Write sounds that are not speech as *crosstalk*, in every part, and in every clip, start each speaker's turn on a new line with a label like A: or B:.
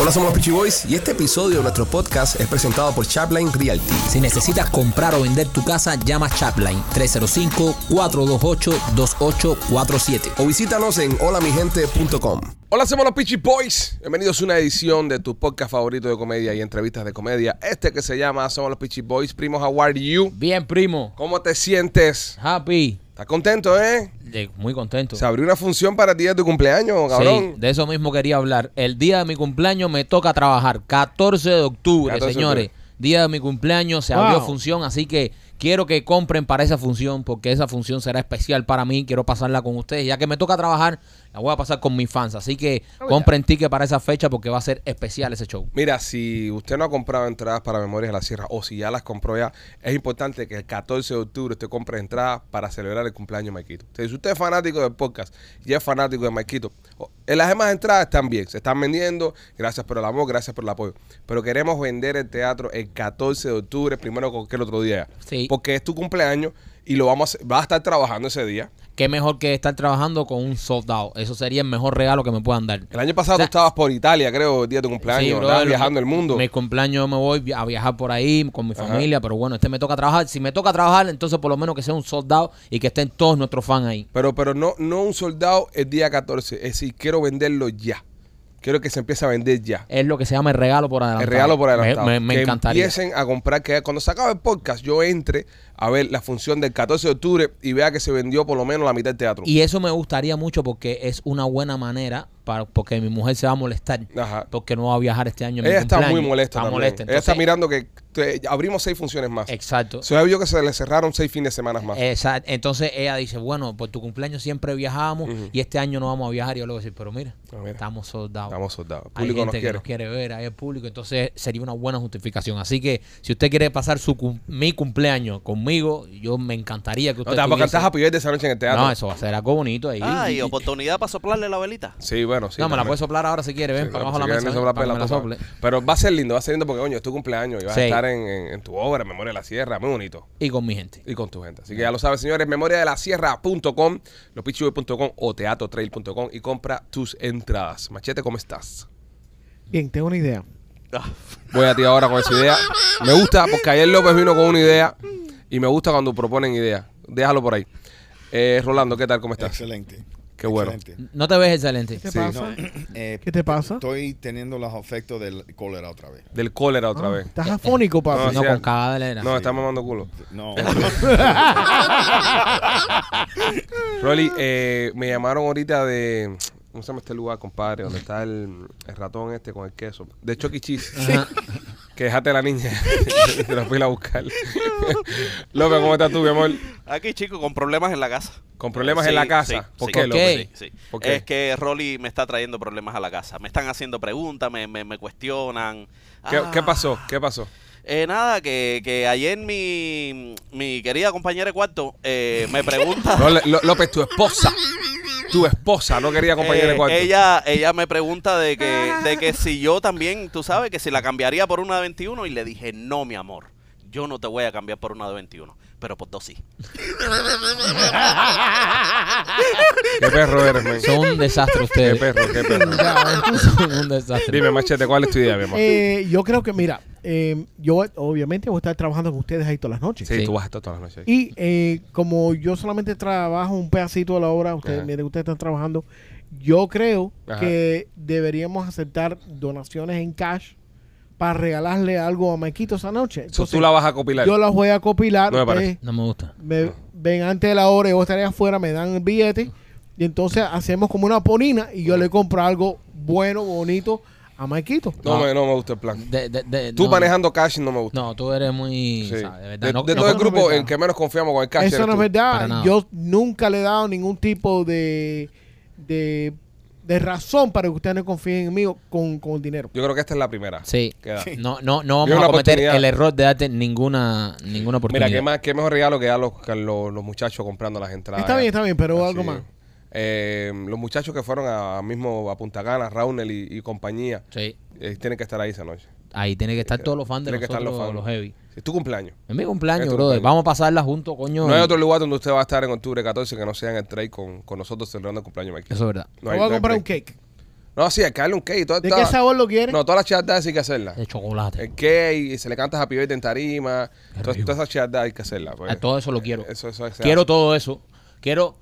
A: Hola, somos los Peachy Boys y este episodio de nuestro podcast es presentado por Chapline Realty.
B: Si necesitas comprar o vender tu casa, llama Chapline 305-428-2847.
A: O visítanos en holamigente.com. Hola, somos los Peachy Boys. Bienvenidos a una edición de tu podcast favorito de comedia y entrevistas de comedia. Este que se llama Somos los Peachy Boys. Primo, how are you?
C: Bien, primo.
A: ¿Cómo te sientes?
C: Happy.
A: ¿Estás contento, eh?
C: De- Muy contento.
A: Se abrió una función para ti de tu cumpleaños,
C: Sí,
A: cabrón.
C: de eso mismo quería hablar. El día de mi cumpleaños me toca trabajar. 14 de octubre,
A: 14 de
C: señores. Día de mi cumpleaños se abrió función, así que quiero que compren para esa función porque esa función será especial para mí. Quiero pasarla con ustedes. Ya que me toca trabajar, la voy a pasar con mis fans. Así que
A: Oh,
C: compren ticket para esa fecha porque va a ser especial ese show.
A: Mira, si usted no ha comprado entradas para Memorias de la Sierra o si ya las compró ya, es importante que el 14 de octubre usted compre entradas para celebrar el cumpleaños de Maikito. Entonces, si usted es fanático del podcast y es fanático de Maikito, o- en las demás entradas están bien, se están vendiendo, gracias por el amor, gracias por el apoyo. Pero queremos vender el teatro el 14 de octubre, primero que cualquier otro día. ya.
C: Sí.
A: Porque es tu cumpleaños y lo vamos a, hacer- vas a estar trabajando ese día.
C: Qué mejor que estar trabajando con un sold out. Eso sería el mejor regalo que me puedan dar.
A: El año pasado
C: O sea-
A: tú estabas por Italia, creo, el día de tu cumpleaños,
C: Sí,
A: ¿verdad?
C: brother,
A: viajando el mundo.
C: Mis cumpleaños yo me voy vi- a viajar por ahí con mi
A: Ajá.
C: familia, pero bueno, este me toca trabajar. Si me toca trabajar, entonces por lo menos que sea un soldado y que estén todos nuestros fans ahí.
A: Pero, pero no, no un soldado el día 14. Es decir, quiero venderlo ya. Quiero que se empiece a vender ya.
C: Es lo que se llama el regalo por adelantado.
A: El regalo por
C: Me-
A: adelantado.
C: Me, me
A: que
C: encantaría.
A: empiecen a comprar. Que cuando se acabe el podcast, yo entre a ver la función del 14 de octubre y vea que se vendió por lo menos la mitad del teatro.
C: Y eso me gustaría mucho porque es una buena manera para porque mi mujer se va a molestar.
A: Ajá.
C: Porque no va a viajar este año. en mi
A: Ella está muy
C: cumpleaños.
A: molesta.
C: Está
A: también.
C: molesta.
A: Ella está
C: Entonces,
A: mirando que te- abrimos seis funciones más.
C: Exacto.
A: Se vio que se le cerraron seis fines de semana más.
C: Esa- entonces ella dice, bueno, por tu cumpleaños siempre viajamos y este año no vamos a viajar. Y yo le voy a decir, pero mira,
A: Ah, mira.
C: estamos soldados.
A: Estamos soldados. El
C: Hay
A: público
C: gente
A: nos
C: que
A: quiere.
C: nos quiere ver, hay el público. Entonces sería una buena justificación. Así que si usted quiere pasar su cum- mi cumpleaños conmigo, yo me encantaría que usted...
A: No, tampoco
C: estuviese-
A: cantas a de esa noche en el teatro.
C: No, eso va a ser algo bonito ahí.
D: Ah, y oportunidad para soplarle la velita.
A: Sí, bueno, sí.
C: no, me la
A: también.
C: puede soplar ahora si quiere.
A: Sí,
C: Ven, para
A: claro,
C: abajo
A: si
C: la
A: quieren
C: mesa. ¿eh?
A: soplar,
C: para que me la
A: pues la
C: sople.
A: tocan. Pero va a ser lindo, va a ser lindo porque, coño, es tu cumpleaños y vas
C: Sí.
A: a estar en, en- en tu obra, en Memoria de la Sierra, muy bonito.
C: Y con mi gente.
A: Y con tu gente. Así que ya lo sabes, señores, memoriadelasierra.com, lospichiboy.com o teatrotrail.com y compra tus entradas. Machete, ¿cómo estás?
E: Bien, tengo una idea.
D: Ah,
A: Voy a ti ahora con esa idea. Me gusta porque ayer López vino con una idea y me gusta cuando proponen ideas. Déjalo por ahí. Eh, Rolando, ¿qué tal? ¿Cómo estás?
F: Excelente.
A: Qué bueno.
F: Excelente.
C: No te ves excelente.
E: ¿Qué te
A: Sí.
E: pasa?
F: No, eh,
E: ¿Qué te pasa?
F: estoy teniendo los efectos del cólera otra vez.
A: Del cólera otra
E: Ah,
A: vez.
E: Estás afónico,
A: No,
E: papi.
C: No,
A: sí,
C: con cagadera.
A: No, está mamando culo. *laughs*
F: No.
A: Rolly, eh, me llamaron ahorita de. ¿Cómo se llama este lugar, compadre? Donde está el, el ratón este con el queso. De Chucky Cheese.
C: *laughs* Ajá.
A: Que dejaste a la niña. *laughs* Te la fui a ir a buscar. *laughs* Loca, ¿cómo estás tú, mi amor?
D: Aquí, chico, con problemas en la casa.
A: Con problemas en
D: Sí,
A: la casa.
D: sí,
A: ¿Por
D: sí.
A: qué,
C: ¿Por
A: loco?
C: qué?
D: Sí.
A: ¿Por qué?
D: Es que Rolly me está trayendo problemas a la casa. Me están haciendo preguntas, me, me- me cuestionan.
A: ¿Qué,
D: Ah.
A: qué pasó? ¿Qué pasó?
D: Eh, nada, que, que ayer mi, mi querida compañera de cuarto eh,
A: *laughs*
D: me pregunta.
A: Lo- Lo- López, tu esposa. Tu esposa no quería compañera de
D: Eh,
A: cuarto.
D: Ella, ella me pregunta de que, de que si yo también, tú sabes, que si la cambiaría por una de 21 y le dije, no, mi amor, yo no te voy a cambiar por una de 21, pero por dos sí.
A: Qué perro eres, men.
C: Son un desastre
A: Qué
C: ustedes.
A: perro, qué perro.
C: *laughs* Son un desastre.
A: Dime, machete, ¿cuál es tu idea, mi amor?
E: Eh, yo creo que, mira, eh, yo obviamente voy a estar trabajando con ustedes ahí todas las noches.
A: Sí,
C: sí.
A: tú vas a estar todas las noches. ahí.
E: Y eh, como yo solamente trabajo un pedacito a la hora, ustedes,
A: Ajá.
E: miren, ustedes están trabajando, yo creo
A: Ajá.
E: que deberíamos aceptar donaciones en cash para regalarle algo a Maquito esa noche.
A: Eso
E: Entonces,
A: tú la vas a compilar.
E: yo las voy a copilar.
A: No me parece.
E: ustedes
C: No me gusta.
E: me ven antes de la hora, yo estaré afuera, me dan el billete y entonces hacemos como una ponina y yo le compro algo bueno, bonito a Maikito.
A: No,
C: No.
A: me- no me gusta el plan.
C: De- de- de-
A: Tú
C: no.
A: manejando cash no me gusta.
C: No, tú eres muy...
A: Sí.
C: ¿sabes? De verdad,
A: De,
C: no-
A: de
C: no
A: todo el
E: no es
A: grupo
E: verdad.
A: en que menos confiamos con el cash.
E: Eso
A: eres
E: no es
A: tú.
C: Para nada.
E: verdad. Yo nunca le he dado ningún tipo de, de, de razón para que ustedes no confíen en mí o con, con el dinero.
A: Yo creo que esta es la primera.
C: Sí.
A: Queda.
C: No, no, no
A: Vio
C: vamos
A: una
C: a cometer
A: oportunidad.
C: el error de darte ninguna, ninguna oportunidad.
A: Mira, qué, más, qué mejor regalo que dar los, que los, los muchachos comprando las entradas.
E: Está bien, está bien, pero
A: Así.
E: algo más.
A: Eh, los muchachos que fueron a, a mismo a Punta Cana, Raunel y, y compañía,
C: Sí.
A: eh, tienen que estar ahí esa noche.
C: Ahí tienen que estar todos los fans de
A: Tienen Eh, que
C: nosotros,
A: estar
C: los,
A: los fans.
C: heavy.
A: Es tu cumpleaños.
C: Es mi cumpleaños,
A: Es tu
C: brother.
A: cumpleaños.
C: Vamos a pasarla juntos, coño.
A: No hay otro lugar donde usted va a estar en octubre 14 que no sea en el trade con, con nosotros celebrando el cumpleaños, Mike.
C: Eso es verdad.
A: No
E: Me
A: hay-
E: voy a
A: no hay
E: comprar un
A: break.
E: cake.
A: No, sí, hay que darle un cake. y toda-
E: ¿De
A: toda-
E: qué sabor lo quieres?
A: No, todas las chardas hay que hacerlas.
C: De chocolate.
A: El cake, se le canta Happy Birthday en tarima. Todas
C: rico.
A: todas esas chardas hay que hacerlas. pues.
C: Ah, todo eso lo quiero.
A: Eso, eso se
C: quiero
A: hace.
C: todo eso. Quiero,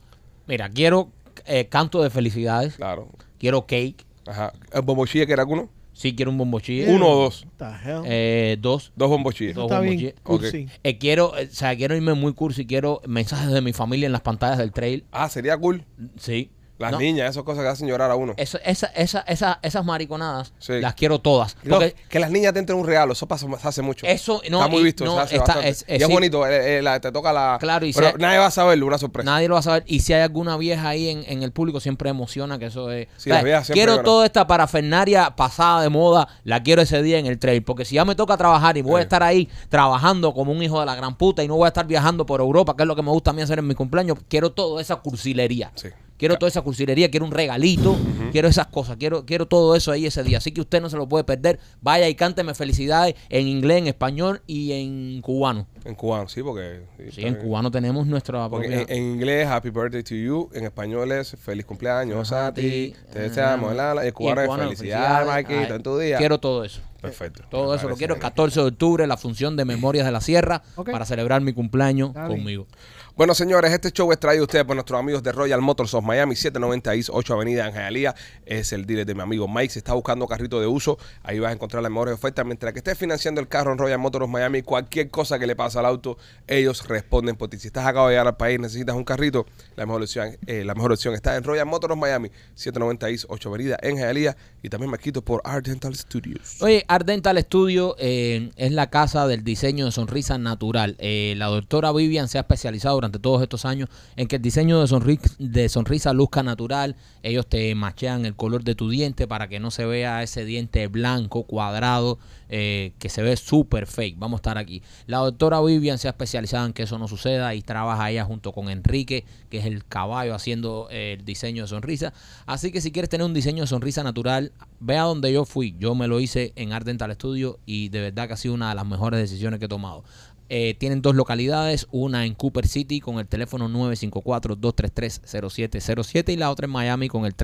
C: mira, quiero eh, canto de felicidades.
A: Claro.
C: Quiero cake.
A: Ajá. ¿El bombochilla que era uno?
C: Sí, quiero un bombochilla.
A: Uno o dos.
E: Está, hell.
C: Eh, dos.
A: Dos bombochillas.
C: Dos.
E: está bien.
C: bomboche-
E: cursi.
C: Eh, quiero, eh, o sea, quiero irme muy cursi. Quiero mensajes de mi familia en las pantallas del trail.
A: Ah, sería cool.
C: Sí.
A: Las
C: No,
A: niñas, esas cosas que hacen llorar a uno.
C: eso- esa- esa- esa- esas mariconadas
A: Sí.
C: las quiero todas.
A: No,
C: Porque
A: que las niñas te entren un regalo, eso pasa, se hace mucho.
C: Eso, no,
A: está muy
C: y-
A: visto,
C: no,
A: se hace
C: está-
A: bastante.
C: es- es-
A: y es
C: sí.
A: bonito, eh, eh, la- te toca la...
C: Claro, y
A: pero
C: se-
A: nadie va a saberlo, una sorpresa.
C: Nadie lo va a saber. Y si hay alguna vieja ahí en, en el público, siempre emociona que eso es.
A: Sí, las viejas siempre
C: quiero
A: lloran.
C: toda esta parafernaria pasada de moda, la quiero ese día en el trail. Porque si ya me toca trabajar y voy
A: Sí.
C: a estar ahí trabajando como un hijo de la gran puta y no voy a estar viajando por Europa, que es lo que me gusta a mí hacer en mi cumpleaños, quiero toda esa cursilería.
A: Sí.
C: Quiero toda esa cursilería, quiero un regalito, quiero esas cosas, quiero, quiero todo eso ahí ese día. Así que usted no se lo puede perder. Vaya y cánteme felicidades en inglés, en español y en cubano.
A: En cubano, sí, porque... sí,
C: Sí,
A: está
C: en
A: bien.
C: cubano tenemos nuestra
A: Ah, Porque
C: propia-
A: en, en inglés, happy birthday to you. En español es feliz cumpleaños
C: Ajá,
A: a ti.
C: ti.
A: Te deseamos.
C: Ajá.
A: La, la, y el
C: Y el
A: cubano es
C: cubano,
A: felicidades,
C: felicidades.
A: Maikito,
C: Ay,
A: en tu día.
C: Quiero todo eso.
A: Perfecto.
C: Todo
A: Me
C: eso lo
A: parece
C: quiero. El
A: bien.
C: 14 de octubre, la función de Memorias de la Sierra,
E: Ok.
C: para celebrar mi cumpleaños
E: Dale.
C: conmigo.
A: Bueno, señores, este show es traído a ustedes por nuestros amigos de Royal Motors of Miami, 790 East 8 Avenida en Hialeah. Es el dealer de mi amigo Mike. Si estás buscando carrito de uso, ahí vas a encontrar las mejores ofertas. Mientras que estés financiando el carro en Royal Motors of Miami, cualquier cosa que le pasa al auto, ellos responden por ti. Si estás acabado de llegar al país, necesitas un carrito, la mejor opción, eh, la mejor opción está en Royal Motors of Miami, 790 East 8 Avenida en Hialeah. Y también me quito por Art Dental Studios.
C: Oye, Ardental Studio eh, es la casa del diseño de sonrisa natural. Eh, la doctora Vivian se ha especializado durante todos estos años en que el diseño de, sonri- de sonrisa luzca natural. Ellos te machean el color de tu diente para que no se vea ese diente blanco, cuadrado, eh, que se ve súper fake. Vamos a estar aquí. La doctora Vivian se ha especializado en que eso no suceda y trabaja ella junto con Enrique, que es el caballo haciendo eh, el diseño de sonrisa. Así que si quieres tener un diseño de sonrisa natural, ve a donde yo fui. Yo me lo hice en Art Dental Studio y de verdad que ha sido una de las mejores decisiones que he tomado. Eh, tienen dos localidades, una en Cooper City con el teléfono 954-233-0707 y la otra en Miami con el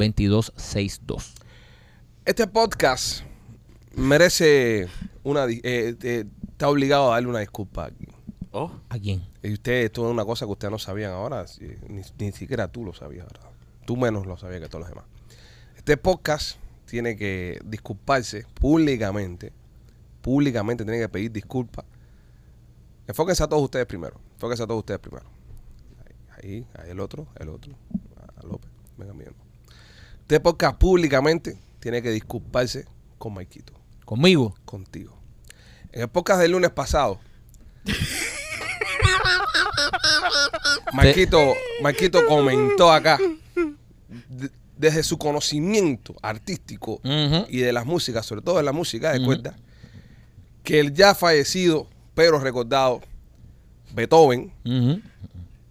C: 305-922-2262.
A: Este podcast merece una... di- eh, eh, está obligado a darle una disculpa aquí.
D: Oh,
C: ¿A quién?
A: Y ustedes, esto es una cosa que ustedes no sabían ahora, si- ni, ni siquiera tú lo sabías, ¿verdad? Tú menos lo sabías que todos los demás. Este podcast tiene que disculparse públicamente, públicamente tiene que pedir disculpas. Enfóquense a todos ustedes primero, enfóquense a todos ustedes primero. Ahí, ahí el otro, el otro, a López, venga mío. Este podcast públicamente tiene que disculparse con Maikito
C: ¿Conmigo?
A: contigo. En el podcast del lunes pasado. Marquito, Marquito comentó acá de- desde su conocimiento artístico
C: Ujú.
A: y de las músicas, sobre todo de la música de cuerda, que el ya fallecido, pero recordado, Beethoven,
C: Ujú.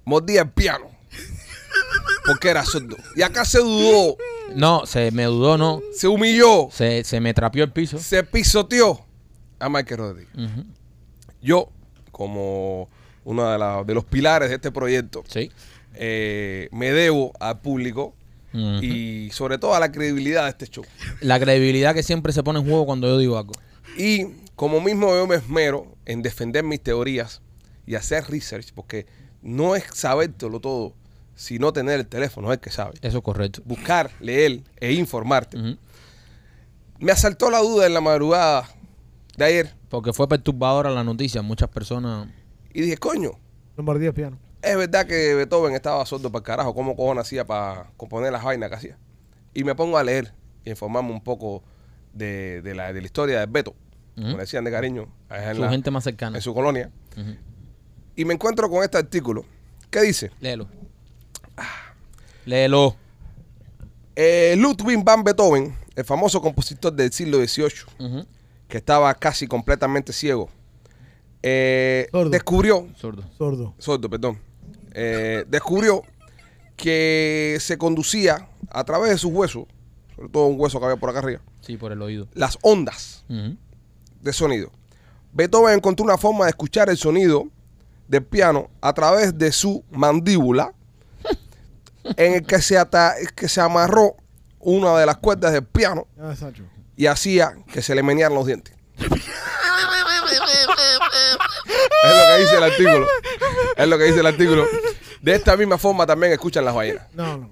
A: mordía el piano porque era sordo. Y acá se dudó,
C: No, se me dudó, no.
A: se humilló,
C: Se, se me trapeó el piso.
A: se pisoteó a Michael Rodríguez.
C: Ujú.
A: Yo, como uno de, la- de los pilares de este proyecto,
C: Sí.
A: eh, me debo al público
C: Ujú.
A: y sobre todo a la credibilidad de este show.
C: La credibilidad que siempre se pone en juego cuando yo digo algo.
A: Y como mismo yo me esmero en defender mis teorías y hacer research, porque no es sabértelo todo, sino tener el teléfono, es el que sabe.
C: Eso es correcto.
A: Buscar, leer e informarte.
C: Ujú.
A: Me asaltó la duda en la madrugada de ayer
C: Porque fue perturbadora la noticia. Muchas personas.
A: y dije, coño,
E: No mordí el piano.
A: Es verdad que Beethoven estaba sordo para carajo. ¿Cómo cojones hacía para componer las vainas que hacía? Y me pongo a leer y informarme un poco de, de la, de la historia de Beto, como
C: Ujú.
A: le decían de cariño, allá en,
C: Su
A: la-
C: gente más cercana.
A: en su colonia.
C: Ujú.
A: Y me encuentro con este artículo que dice:
C: Léelo.
E: Ah.
C: Léelo.
A: eh, Ludwig van Beethoven, el famoso compositor del siglo XVIII,
C: Ujú.
A: que estaba casi completamente ciego, eh,
E: Sordo.
A: descubrió
C: Sordo.
E: Sordo.
A: sordo, perdón, eh, descubrió que se conducía a través de sus huesos, sobre todo un hueso que había por acá arriba,
C: Sí, por el oído.
A: las ondas
C: Ujú.
A: de sonido. Beethoven encontró una forma de escuchar el sonido del piano a través de su mandíbula en el que se, ata- que se amarró una de las cuerdas del piano
E: Ah, Sacho.
A: y hacía que se le menearan los dientes. es lo que dice el artículo. Es lo que dice el artículo. De esta misma forma también escuchan las ballenas.
E: No, no.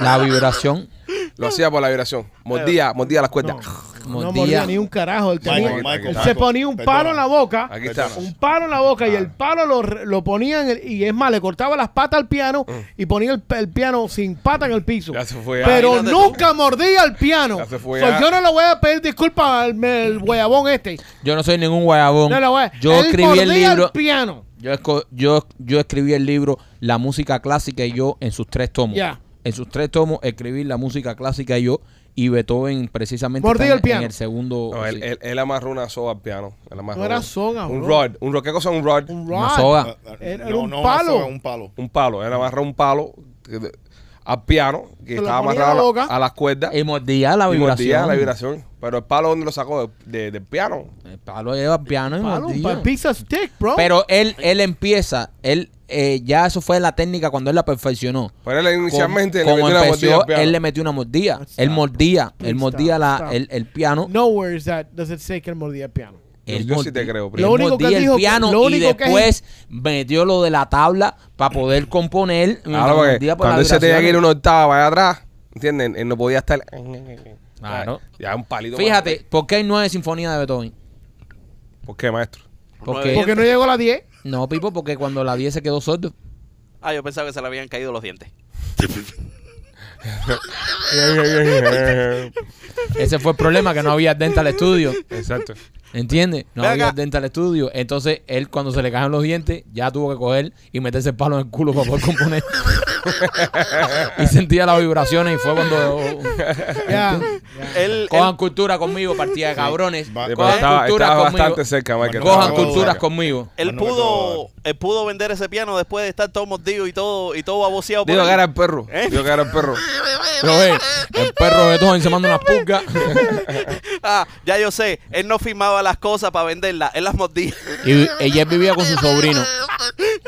C: La
E: *coughs*
C: vibración.
A: Lo hacía por la vibración. Mordía, mordía las
E: No,
A: cuerdas.
E: no
C: Mordía.
E: mordía ni un carajo. Él tenía-
F: Michael, Michael,
E: él se
F: Michael,
E: ponía un
F: perdona.
E: palo en la boca.
A: Aquí Ah. está.
E: Un palo en la boca y el palo lo, re- lo ponía en el. Y es más, le cortaba las patas al piano y ponía el, el piano sin pata en el piso.
A: Ah. Ya se fue.
E: Pero
D: Imagínate
E: nunca mordía el piano.
A: Ya se fue,
E: So,
A: ah.
E: yo no le voy a pedir disculpas al el guayabón este.
C: Yo no soy ningún guayabón.
E: No le voy a-
C: Yo
E: él
C: escribí el
E: mordía
C: libro.
E: piano.
C: Yo, esco- yo, yo escribí el libro La música clásica y yo en sus tres tomos.
E: Ya.
C: En sus tres tomos escribí La música clásica y yo y Beethoven precisamente
E: Mordía
C: está
E: el
C: en-
E: piano.
C: en el segundo.
A: No, él,
C: sí.
A: él- él amarró una soga al piano. Él amarró
E: No era
A: una-
E: soga,
A: Un
E: bro.
A: rod. Un rod. ¿Qué cosa es un rod?
E: Un
C: Una
E: rod.
C: soga.
E: Era
F: No,
E: un
F: no,
E: palo.
F: Una soga, un palo.
A: Un palo. Él amarró un palo eh, al piano que
E: Se lo
A: estaba
E: ponía en la
A: amarrado a,
E: boca.
A: la- a las cuerdas.
C: Y mordía la
A: y
C: vibración.
A: mordía la vibración. Pero el palo, ¿dónde lo sacó? De- de- del piano.
C: El palo lleva el piano y
E: Palo, un
C: mordía.
E: pa- pizza stick, bro.
C: Pero él, él empieza, él eh, ya eso fue la técnica cuando él la perfeccionó.
A: Pero él inicialmente
C: como
A: le metió una mordida
C: empezó,
A: al piano.
C: él le metió una mordida.
E: Stop.
C: Él mordía,
E: Please
C: él mordía
E: stop,
C: la,
E: stop.
C: el, el piano.
E: Nowhere is that does it say que él mordía el piano.
C: Él
A: Yo sí te
C: mordía-
A: creo,
C: él
A: primo.
E: Lo único que
C: mordía el
E: dijo-
C: piano
E: lo
C: y
E: único que-
C: después metió lo de la tabla para poder componer.
A: Claro,
C: Mordía
A: porque
C: por la
A: cuando él se tenía que ir
C: vibración.
A: una octava allá atrás, ¿entienden? Él no podía estar. eh,
C: Claro.
A: Ya un palito.
C: Fíjate, ¿por qué hay nueve sinfonías de Beethoven?
A: más. ¿Por qué, maestro?
C: Porque-
E: Porque no llegó a
C: *laughs*
E: la 10.
C: No, Pipo, porque cuando la 10 se quedó sordo.
D: Ah, yo pensaba que se le habían caído los dientes.
C: Ese fue el problema, que no había dental estudio.
A: Exacto.
C: ¿Entiendes? No
D: Ven
C: había
D: acá.
C: dental estudio. Entonces, él cuando se le caen los dientes, ya tuvo que coger y meterse el palo en el culo para poder componer. y sentía las vibraciones y fue cuando...
E: Ya.
D: Él,
C: Cojan cultura conmigo, partida de cabrones.
F: Va-
A: Sí, pero
C: Cojan
A: estaba,
C: culturas
A: estaba
C: conmigo.
A: bastante cerca, Michael.
F: Cojan
C: Cojan
A: Estaba
C: culturas
A: cerca.
C: conmigo.
D: él,
F: Bueno,
D: pudo,
F: pero-
D: él pudo vender ese piano después de estar todo mordido y todo, y todo baboseado. por
A: Digo
D: él.
A: que era el perro.
D: ¿Eh?
A: Digo que era el perro.
C: Pero ve, el perro de todos se manda unas pulgas
D: Ah, ya yo sé. Él no firmaba las cosas para venderlas. Él las mordía. *laughs*
C: y ella vivía con su sobrino,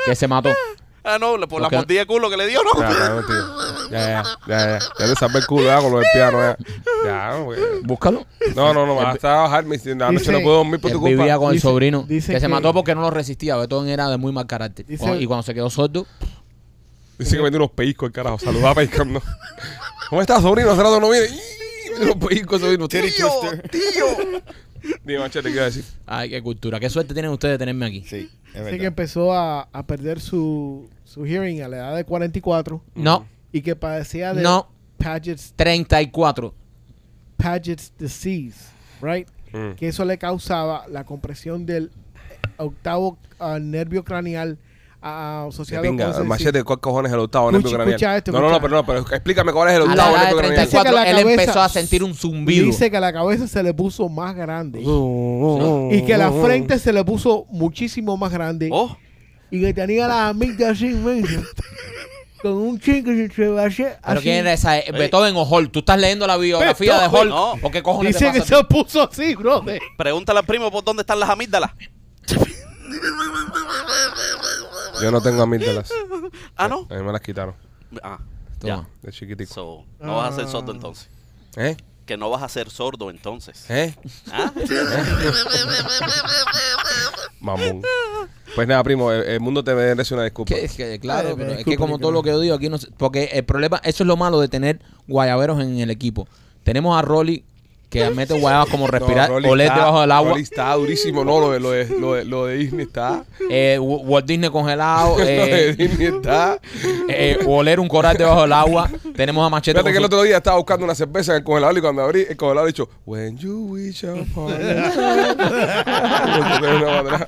C: que se mató.
D: Ah, no, por la
C: Porque-
D: mordida de culo que le dio, ¿no?
A: Ya,
D: *laughs*
A: ya, no, tío. ya, ya, ya, ya, ya te salvé el culo ya, con lo del piano ya. Ya, güey.
C: Búscalo.
A: No, no, no, hasta bajarme. Si la noche
E: Dice-
A: no puedo dormir por
C: Él
A: tu culpa.
C: vivía con el
E: Dice-
C: sobrino
E: dice
C: que, se
E: que-
C: mató porque no lo resistía. Betón era de muy mal carácter.
E: Dice-
C: Cuando- y cuando se quedó sordo,
A: Dice que vende unos pellizcos, el carajo. Saludaba pellizcando. *laughs* ¿Cómo estás, sobrino? Hace rato no viene. Ih, Vende unos pellizcos, sobrino.
F: Titty
A: Tío,
F: twister.
A: tío. Dime, machete, ¿qué iba a decir?
C: ay, qué cultura. Qué suerte tienen ustedes de tenerme aquí.
F: Sí,
E: Dice
F: es
E: que
F: verdad.
E: empezó a, a perder su, su hearing a la edad de 44
C: No,
E: y que padecía de
C: No.
E: Paget's,
C: 34.
E: Paget's disease, right?
A: Mm.
E: Que eso le causaba la compresión del octavo ah, nervio craneal ah,
A: Qué
E: asociado
A: pinga,
E: con ese
A: machete, ¿cuál cojones es el octavo nervio
E: Escucha-
A: craneal?
E: escucha esto,
A: no, no, no,
E: escucha.
A: pero no, pero explícame cuál es el
C: A la
A: octavo
C: edad de
A: nervio craneal.
E: Dice que
C: 34,
E: la
C: él
E: cabeza-
C: empezó a sentir un
E: disease.
C: zumbido.
E: Dice que la cabeza se le puso más grande y que la frente se le puso muchísimo más grande
D: Oh,
E: y que tenía las amigas así, *laughs* mija, con un chin que se le hacía
C: Pero
E: así.
C: quién era esa, Eh, Beethoven o Hall. Tú estás leyendo la biografía de Hall.
D: Beethoven, no.
C: ¿O qué cojones te *laughs*
E: Dice que
C: pasa a
E: se puso así, brother.
D: pregúntale al primo por dónde están las amígdalas.
A: Yo no tengo
E: *laughs*
A: amígdalas.
D: Ah, no.
A: A mí me las quitaron
D: Ah,
C: ti? Toma.
A: de chiquitico.
D: so, no vas a ser sordo entonces.
A: ¿Eh?
D: Que no vas a ser sordo entonces.
A: ¿Eh?
D: Ah,
A: Mamón. Pues nada, primo, el, el mundo te merece una disculpa.
C: Que- que- claro,
E: Ay, me
C: pero es que
E: disculpen,
C: como todo lo que yo digo aquí, no sé- porque el problema, eso es lo malo de tener guayaberos en el equipo. Tenemos a Rolly que mete guayabas como respirar,
A: Rolly
C: oler
A: está-
C: debajo del agua,
A: Rolly está durísimo, no, lo de, lo de, lo de, lo de Disney está.
C: eh, Wa- Walt
A: *laughs*
C: Disney congelado,
A: lo de
C: eh,
A: Disney está.
C: eh, oler un coral debajo del agua. Tenemos a Machete.
A: Fíjate
C: con
A: que el
C: su-
A: otro día estaba buscando una cerveza en el congelador y cuando abrí el congelador dicho, When you wish upon a star". Entonces, una para atrás.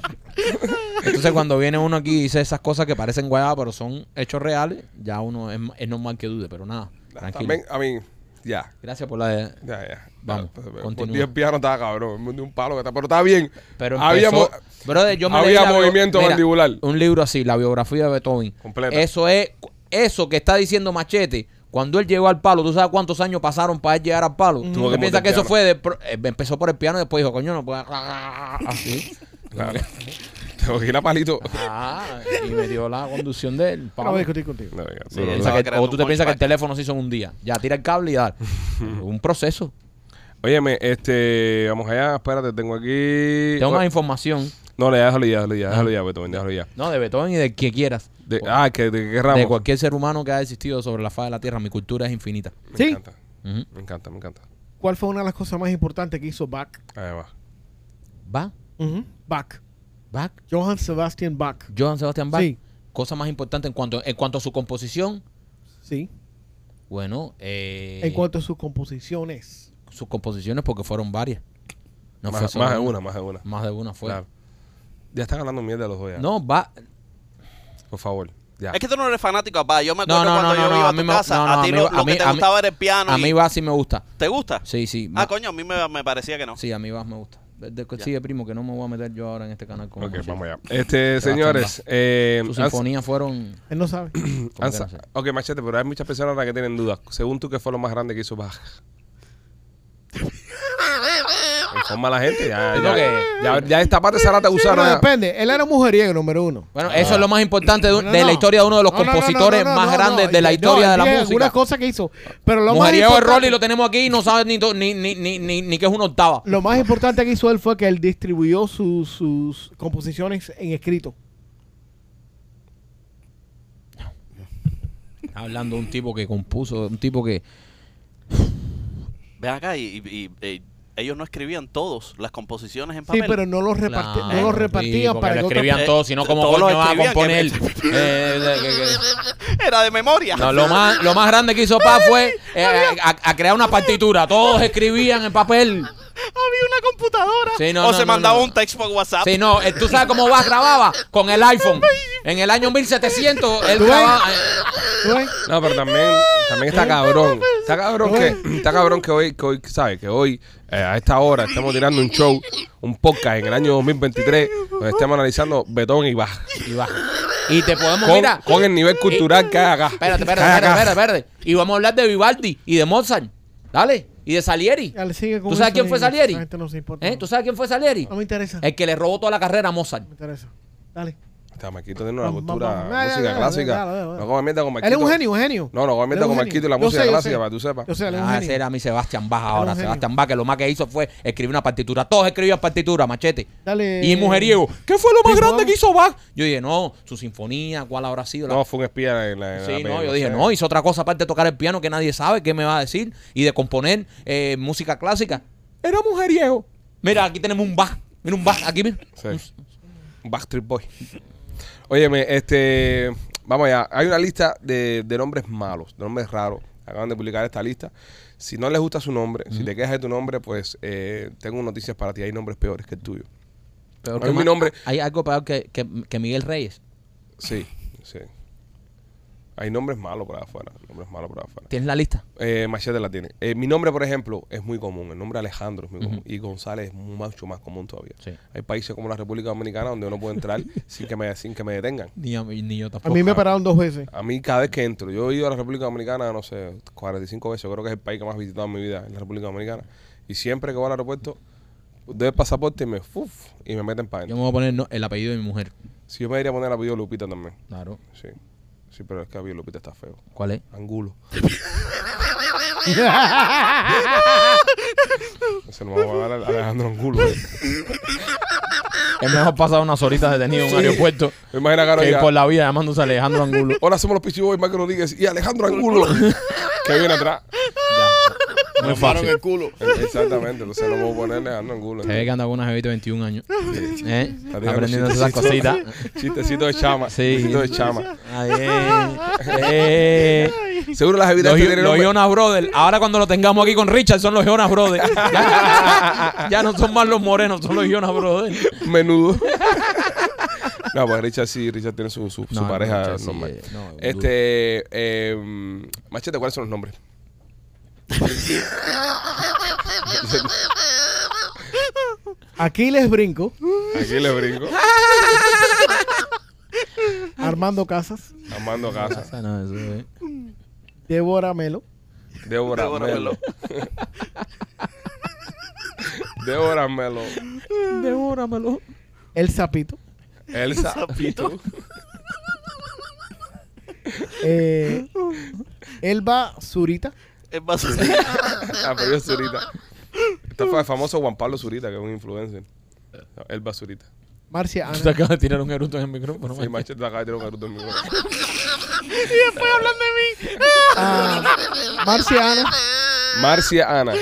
C: Entonces cuando viene uno aquí y dice esas cosas que parecen guayabas, pero son hechos reales, ya uno es, es normal que dude, pero nada, tranquilo.
A: También, a mí, ya.
C: Gracias por la... de-
A: Ya, ya.
C: Vamos,
A: Ya, pues,
C: continúa.
A: por 10 piano estaba cabrón. Me hundí un palo que está. Pero estaba bien.
C: Pero
A: había, mo-
C: empezó- *laughs* Brother, yo me
A: había
C: leí la bio-
A: movimiento
C: Mira,
A: mandibular.
C: Un libro así, la biografía de Beethoven.
A: Completa.
C: Eso es, eso que está diciendo Machete. Cuando él llegó al palo, ¿tú sabes cuántos años pasaron para él llegar al palo?
A: Tuvo
C: ¿Tú
A: que
C: piensas
A: montar
C: que eso
A: piano.
C: *laughs* fue de pro- eh, empezó por el piano y después dijo, coño, no puedo... Así.
A: Claro. Tengo que ir a palito. *laughs*
C: Ah, y me dio la conducción del
E: No voy a
C: pavo.
E: discutir contigo.
A: No, venga,
C: Sí,
A: no, no,
C: él
A: no.
C: saca-
D: Estaba
C: o tú te
D: creando
C: piensas que
D: un
C: el teléfono se hizo en un día. Ya, tira el cable y
A: *laughs*
C: dar. un proceso.
A: Óyeme, este, vamos allá, espérate, tengo aquí.
C: Tengo
A: Oh,
C: más información.
A: no, le déjalo ya, déjalo ya, déjalo ya, Beethoven, déjalo ya.
C: No, de Beethoven y de que quieras.
A: De- ah, que de qué ramo.
C: De cualquier ser humano que haya existido sobre la faz de la Tierra. Mi cultura es infinita.
A: Me
E: Sí.
A: encanta,
C: Ujú.
A: me encanta, me encanta.
E: ¿Cuál fue una de las cosas más importantes que hizo Bach?
A: Ahí va.
C: ¿Va?
E: Bach.
C: ¿Va?
E: Johann Sebastian Bach.
C: Johann Sebastian Bach.
E: Sí.
C: Cosa más importante en cuanto, en cuanto a su composición.
E: Sí.
C: Bueno, eh,
E: En cuanto a sus composiciones.
C: sus composiciones, porque fueron varias. No fue
A: más,
C: solo
A: más de una, más de una.
C: Más de una fue.
A: Claro. Ya están hablando mierda los dos ya.
C: No, va.
A: Por favor. Ya.
D: Es que tú no eres fanático, papá. Yo me
C: No,
D: acuerdo
C: no, no,
D: cuando
C: no,
D: yo
C: no,
D: iba
C: a
D: a
C: mí
D: tu
C: me-
D: casa,
C: no, no,
D: a
C: a
D: ti
C: mí-
D: lo,
C: a
D: lo que
C: mí-
D: te
C: a mí-
D: gustaba era el piano.
C: A
D: Ah, y-
C: mí va sí me gusta.
D: ¿Te gusta?
C: Sí, sí. ma-
D: Ah, coño, a mí me, me parecía que no.
C: Sí, a mí vas me gusta. De- de- sigue, primo, que no me voy a meter yo ahora en este canal con
A: ok,
C: música.
A: vamos allá. Este, señores. Eh,
C: Sus
A: han-
C: sinfonías fueron...
E: Él
C: *clears throat*
E: no sabe.
C: como que
A: han-
C: no sé.
A: ok, machete, pero hay muchas personas ahora que tienen dudas. Según tú, ¿qué fue lo más grande que hizo Bach? Informa a la gente, ya,
C: Digo
A: ya,
C: que-
A: ya, ya esta parte Sara te
E: Pero
A: usaron.
E: depende. Él era mujeriego, número uno.
C: Bueno,
A: Ah.
C: eso es lo más importante de, un-
E: No, no,
C: de
E: no.
C: la historia de uno de los
E: No, no, no,
C: compositores
E: no, no,
C: más
E: no,
C: grandes
E: no.
C: de la
E: No,
C: historia de la
E: él tiene
C: música.
E: Algunas cosas que hizo. Pero lo más
C: Mujeriego de Rolly
E: importante,
C: lo tenemos aquí y no sabe ni, to- ni, ni, ni, ni, ni que es una octava.
E: lo más importante que hizo él fue que él distribuyó sus, sus composiciones en escrito.
C: Está hablando de un tipo que compuso, un tipo que...
D: Ven acá y, y- y- y ellos no escribían todos las composiciones en
E: Sí,
D: papel.
E: pero no los reparti- no los
C: Claro, sí,
E: repartían
C: porque
E: para
C: lo
E: que otra-
C: escribían
D: Eh,
C: todos, sino como
D: todos lo
C: coño va a
D: escribían,
C: componer.
D: que
C: Eh, de- que- que-
D: *laughs* Era de memoria.
C: No, lo más, lo más grande que hizo Paz fue eh, a, a crear una partitura. Todos escribían en papel.
D: Había una computadora.
C: Sí, no, no,
D: o se
C: no,
D: mandaba
C: no.
D: un texto por WhatsApp.
C: Sí, no, eh, tú sabes cómo Bach grababa con el iPhone. En el año 1700, él
E: ¿Tú ves?
C: grababa. eh,
E: ¿Tú ves?
A: No, pero también, también está cabrón. Está cabrón que, está cabrón que hoy, que hoy, ¿sabes? Que hoy, eh, a esta hora, estamos tirando un show, un podcast en el año 2023, donde estamos analizando Betón y Bach.
C: Y, Bach. Y te podemos.
A: Con,
C: mira,
A: con el nivel cultural que hay acá. Que
C: Espérate, espérate,
A: hay
C: espérate,
A: acá.
C: espérate, espérate. Y vamos a hablar de Vivaldi y de Mozart. Dale. Y de Salieri.
E: Dale, sigue con
C: ¿Tú sabes
E: eso
C: quién fue
E: y
C: Salieri?
E: la gente no se importa.
C: ¿Eh? ¿Tú sabes quién fue Salieri?
E: No me interesa. No
C: El que le robó toda la carrera a Mozart.
E: me interesa. Dale.
A: Está, Marquito tiene una
E: Vamos,
A: cultura,
E: vamos, vamos.
A: música
E: Dale, dale,
A: clásica.
E: dale, dale, dale.
A: No come mierda con Marquito.
E: Él es un genio, un genio.
A: No, no, voy a
E: Él es
A: meter
E: un
A: con
E: genio.
A: Marquito y la
E: Yo
A: música
E: sé, yo
A: clásica,
E: sé.
A: para que tú sepas.
E: Yo sé, él es un
C: Ah,
E: genio.
C: ese era mi Sebastián Baja
E: Era un
C: ahora.
E: genio.
C: Sebastián Baja, que lo más que hizo fue escribir una partitura. Todos escribían partitura, machete.
E: Dale.
C: Y mujeriego. ¿Qué fue lo más
E: Sí,
C: grande
E: vamos.
C: que hizo Bach? Yo dije, no, su sinfonía, ¿cuál habrá sido? La-
A: No, fue un espía en la. en la
C: sí, no,
A: peli,
C: yo dije,
A: sé.
C: no,
A: *laughs*
C: hizo otra cosa aparte de tocar el piano que nadie sabe qué me va a decir y de componer eh, música clásica. Era mujeriego. Mira, aquí tenemos un Bach. Mira un Bach, aquí mira.
A: Sí. Backstreet Boy. Óyeme, este. Vamos allá. Hay una lista de, de nombres malos, de nombres raros. Acaban de publicar esta lista. Si no les gusta su nombre, si te quejas de tu nombre, pues eh, tengo noticias para ti. Hay nombres peores que el tuyo.
C: Peor
A: Hay mi
C: Ma-
A: nombre.
C: Hay algo peor que, que, que Miguel Reyes.
A: Sí, sí. Hay nombres malos para afuera. Nombres malos para afuera.
C: Tienes la lista.
A: Eh, Machete la tiene. Eh, mi nombre, por ejemplo, es muy común. El nombre Alejandro es muy común. Y González es mucho más común todavía.
C: Sí.
A: Hay países como la República Dominicana donde uno puede entrar *laughs* sin, que me, sin que me detengan.
C: Ni, a mí- ni yo
E: A
C: tampoco.
E: mí me pararon
C: *laughs*
E: dos veces.
A: A mí cada vez que entro, yo he ido a la República Dominicana, no sé, 45 veces, creo que es el país que más he visitado en mi vida, en la República Dominicana. Y siempre que voy al aeropuerto, doy el pasaporte y me, uf, y me meten para
C: Yo
A: adentro.
C: me voy a poner no, el apellido de mi mujer.
A: Si yo me iría a poner el apellido Lupita también.
C: Claro.
A: Sí, sí, pero es que el apellido Lupita está feo.
C: ¿Cuál es?
A: Angulo. Se lo vamos a dar a Alejandro
C: *laughs*
A: Angulo. ¿eh?
C: Es mejor pasar unas horitas detenido en
A: *laughs*
C: un aeropuerto
A: Me imagino a Caro
C: que ir
A: ya,
C: por la vida llamándose Alejandro Angulo.
A: *laughs* Hola, somos los Pichi Boys, Michael Rodríguez y Alejandro Angulo. que viene atrás.
C: Muy
F: Nos pararon
C: fácil.
F: el culo.
A: Exactamente, entonces lo voy a poner Alejandro Angulo.
C: Se ve que anda con una jevita de 21 años. ¿Eh?
A: Está tirando
C: Aprendiendo esas
A: chistecitos.
C: cositas.
A: *laughs* Chistecito de chama.
C: Sí.
A: Chistecito de chama.
C: Ay, eh, eh.
A: Seguro las bebidas
C: Los,
A: que
C: Yo-
A: tienen
C: los
A: nombre-
C: Jonas Brothers. Ahora cuando lo tengamos aquí con Richard son los
A: *laughs*
C: Jonas Brothers. Ya, ya no son más los morenos, son los Jonas Brothers.
A: menudo. *laughs* no, pues Richard sí, Richard tiene su, su, su
C: No,
A: pareja
C: Richard sí,
A: normal.
C: eh, no, duro.
A: este, eh, Machete, ¿cuáles son los nombres?
E: Aquí les brinco.
A: Aquí le *laughs* brinco.
E: Armando Casas.
A: Amando Casa.
C: Esa no, eso es.
E: Débora Melo.
A: Débora,
D: Débora
A: Melo.
D: Melo.
A: *laughs* Débora Melo.
C: Devóramelo.
E: El Sapito.
A: Elsa, Pitu.
E: Eh, Elba Zurita.
D: Es *laughs* basura.
A: Apellido Ah, pues, Zurita. Este fue el famoso Juan Pablo Zurita, que es un influencer. Elba Zurita.
E: Marcia
C: Tú te
E: Ana.
C: acabas de tirar un eruto en el micrófono.
A: Sí,
C: macho.
A: machete, acá de tirar un garuto en mi boca.
E: ah, Marcia Ana.
A: Marcia Ana.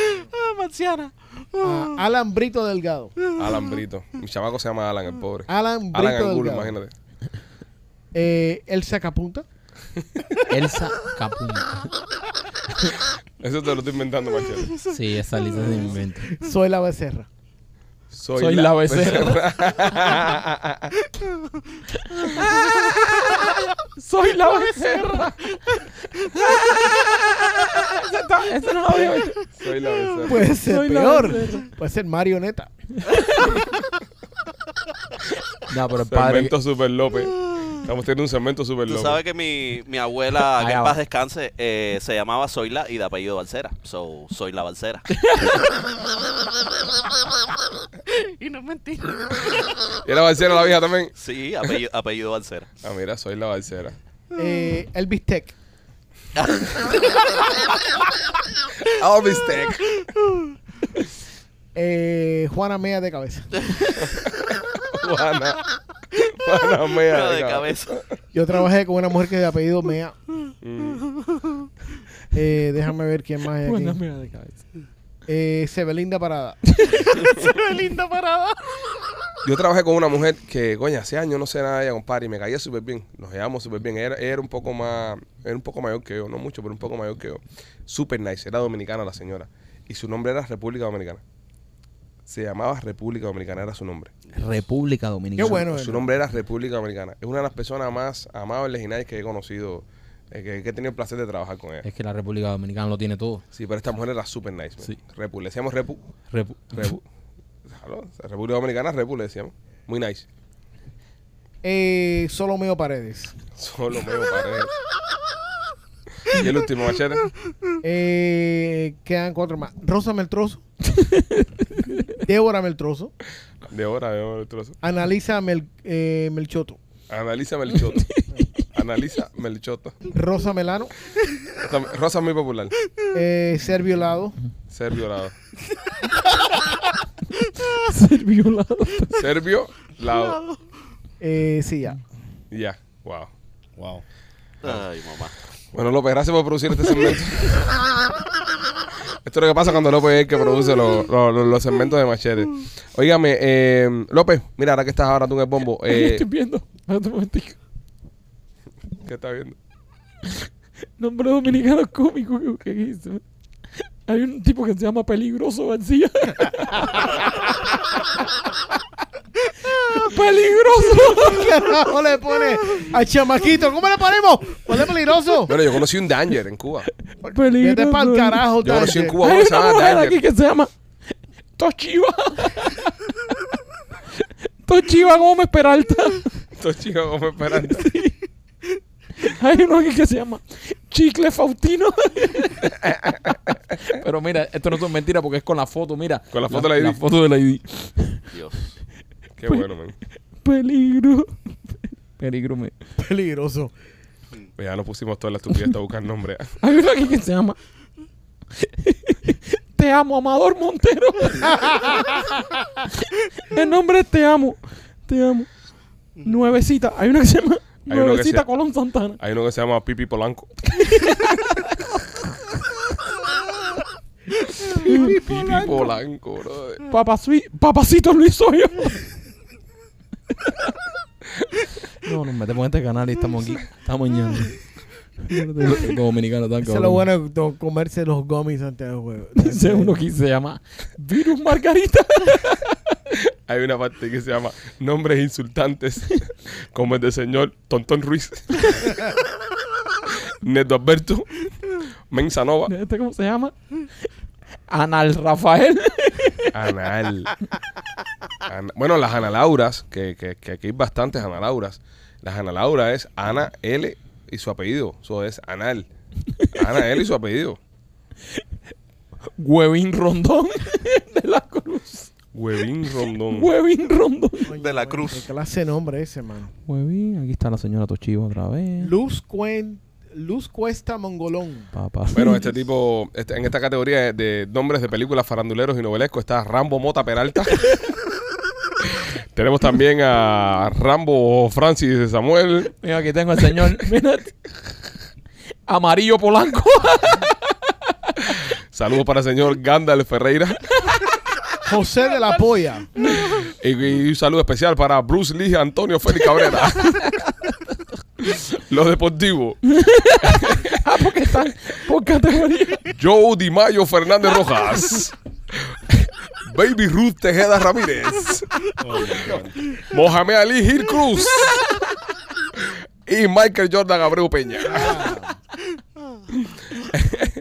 E: ah, Alan Brito Delgado.
A: Alan Brito. Mi chamaco se llama Alan, el pobre.
E: Alan Brito
A: Alan Angulo,
E: Delgado.
A: imagínate.
E: Eh, Elsa Capunta.
C: Elsa *laughs* Capunta.
A: Eso te lo estoy inventando, machete.
C: Sí, esa lista se me inventa.
E: Soy la Becerra.
A: Soy,
C: Soy la becerra. *laughs* Soy la becerra. *laughs* Eso no lo había hecho.
A: Soy la becerra.
C: Pues,
D: *laughs*
E: Puede ser
C: Soy la
E: peor.
C: Becerra.
E: Puede ser marioneta.
C: No, pero el padre.
A: Segmento Super López. Estamos teniendo un segmento Super
D: Tú
A: López.
D: sabes que mi,
C: *laughs*
D: mi abuela, que
C: Allá
D: en
C: va.
D: paz descanse, eh, se llamaba Zoila y de apellido Balcera. So, soy la
C: *laughs*
D: Balcera. *laughs* y no es mentira.
A: ¿Y la balsera la vieja también?
D: Sí, apellido, apellido Balcera.
A: Ah, mira, soy la balsera.
E: Eh, Elvis Tech.
A: Oh, mistake.
E: Eh, Juana Mea de cabeza.
A: Juana. Juana mea.
D: Pero de *laughs* cabeza.
E: Yo trabajé con una mujer que de apellido Mea.
D: Mm.
E: Eh, déjame ver quién más hay
C: Bueno,
E: aquí.
C: mira de cabeza.
E: Eh,
D: *laughs*
E: Sebelinda Parada.
A: Yo trabajé con una mujer que, coño, hace años no sé nada de ella, compadre, y me caía súper bien. Nos llevamos súper bien. Era, era un poco más, era un poco mayor que yo, no mucho, pero un poco mayor que yo. Súper nice. Era dominicana la señora. Y su nombre era República Dominicana. Se llamaba República Dominicana, era su nombre.
C: República Dominicana.
E: Qué bueno.
A: Su nombre era República Dominicana. Es una de las personas más amables y nice que he conocido, eh, que, que he tenido el placer de trabajar con ella.
C: Es que la República Dominicana lo tiene todo.
A: Sí, pero esta mujer era súper nice. man.
C: Sí.
A: Repu, le decíamos Repu.
C: Repu- *laughs*
A: Repu. Aló, República Dominicana, Repu, le decíamos. Muy nice.
E: Eh, Solo Meo Paredes.
A: Solo me parece. Y el último machete.
E: Eh, quedan cuatro más.
D: *laughs*
E: Rosa Meltroso. Débora Meltroso.
A: De hora, de hora, el trozo.
E: Analisa Mel- eh, Melchoto.
A: Analiza Melchoto. Analiza Melchoto.
E: Rosa Melano.
A: Esta- Rosa es muy popular.
E: Eh, ser violado.
A: Serbio Lado.
C: Ser violado.
A: Serbio Lado.
E: Eh, sí, ya. *laughs*
A: Ya. Wow.
F: Wow.
D: Ay, mamá.
A: Bueno, López, gracias por producir este segmento. Esto es lo que pasa cuando López es el que produce los, los- los- los segmentos de Machete. Óigame, eh, López, mira, ahora que estás ahora tú en el
C: *laughs*
A: bombo, eh,
C: Estoy viendo. Espérate un momentico.
A: ¿qué estás viendo?
C: Nombre dominicano cómico que- que hizo. Hay un tipo que se llama Peligroso García. ¡Peligroso!
E: ¿Qué carajo le pone al chamaquito? ¿Cómo le ponemos? ¿Ponle peligroso?
A: Bueno, yo conocí un Danger en Cuba.
E: Vete pa'l carajo,
A: Yo conocí en
E: Tanger.
A: Cuba
C: Hay
A: uno que se
C: una
A: llama
C: mujer aquí
A: Danger.
C: que se llama Toshiba. *laughs* Toshiba Gómez Peralta.
A: Estos chicos como esperan.
C: Hay uno aquí que se llama Chicle Faustino. *laughs* Pero mira, esto no es mentira porque es con la foto, mira.
A: Con la foto de la
C: La
A: ID.
C: foto de la ID.
D: Dios.
A: Qué bueno, man.
C: Peligro. Peligro. me-
E: Peligroso.
A: Pues Ya nos pusimos toda la estupidez a buscar nombre.
C: Hay uno aquí que se llama Te amo, Amador Montero. El nombre es Te amo. Te amo. Nuevecita. Hay una que se llama
A: uno que
C: Nuevecita
A: se-
C: Colón Santana.
A: Hay uno que se llama Pipi
C: *laughs*
A: Polanco. Pipi Polanco, brother.
C: Papasui- Papacito Luis soy yo. No, nos metemos en este canal y estamos aquí. Estamos ñando. Dominicano tan
E: Eso es lo bueno de to- comerse los gummies antes del juego.
C: Dice uno que se llama Virus Margarita.
A: Hay una parte que se llama Nombres insultantes, *laughs* como el del señor Tontón *laughs* Ruiz, Neto Alberto, Mensanova,
C: ¿Este cómo se llama? Anal Rafael.
A: Anal. Ana- bueno, las Analauras, que, que, que aquí hay bastantes Analauras. Las Analauras es Ana L y su apellido. Eso es Anal. Ana L y su apellido.
C: Huevín Rondón de la Cruz.
A: Huevín
C: Mm.
A: Rondón.
G: Huevín Rondón.
D: De la cruz.
E: Qué clase de nombre ese, mano.
G: Huevín, aquí está la señora Tochivo otra vez.
E: Luz, Cuen- Luz Cuesta Mongolón.
G: Papá.
A: Bueno, este tipo, este- en esta categoría de nombres de películas faranduleros y novelesco está Rambo Mota Peralta. *laughs* Tenemos también a Rambo Francis de Samuel.
G: Mira, aquí tengo al señor. Mira. Amarillo Polanco. *laughs*
A: Saludos para el señor Gandalf Ferreira.
E: José de la Polla.
A: Y, y un saludo especial para Bruce Lee Antonio Félix Cabrera. *laughs* Los deportivos.
G: Ah, porque están por categoría.
A: Joe Di Mayo Fernández Rojas. Baby Ruth Tejeda Ramírez. Mohamed Ali Gil Cruz. Y Michael Jordan Abreu Peña.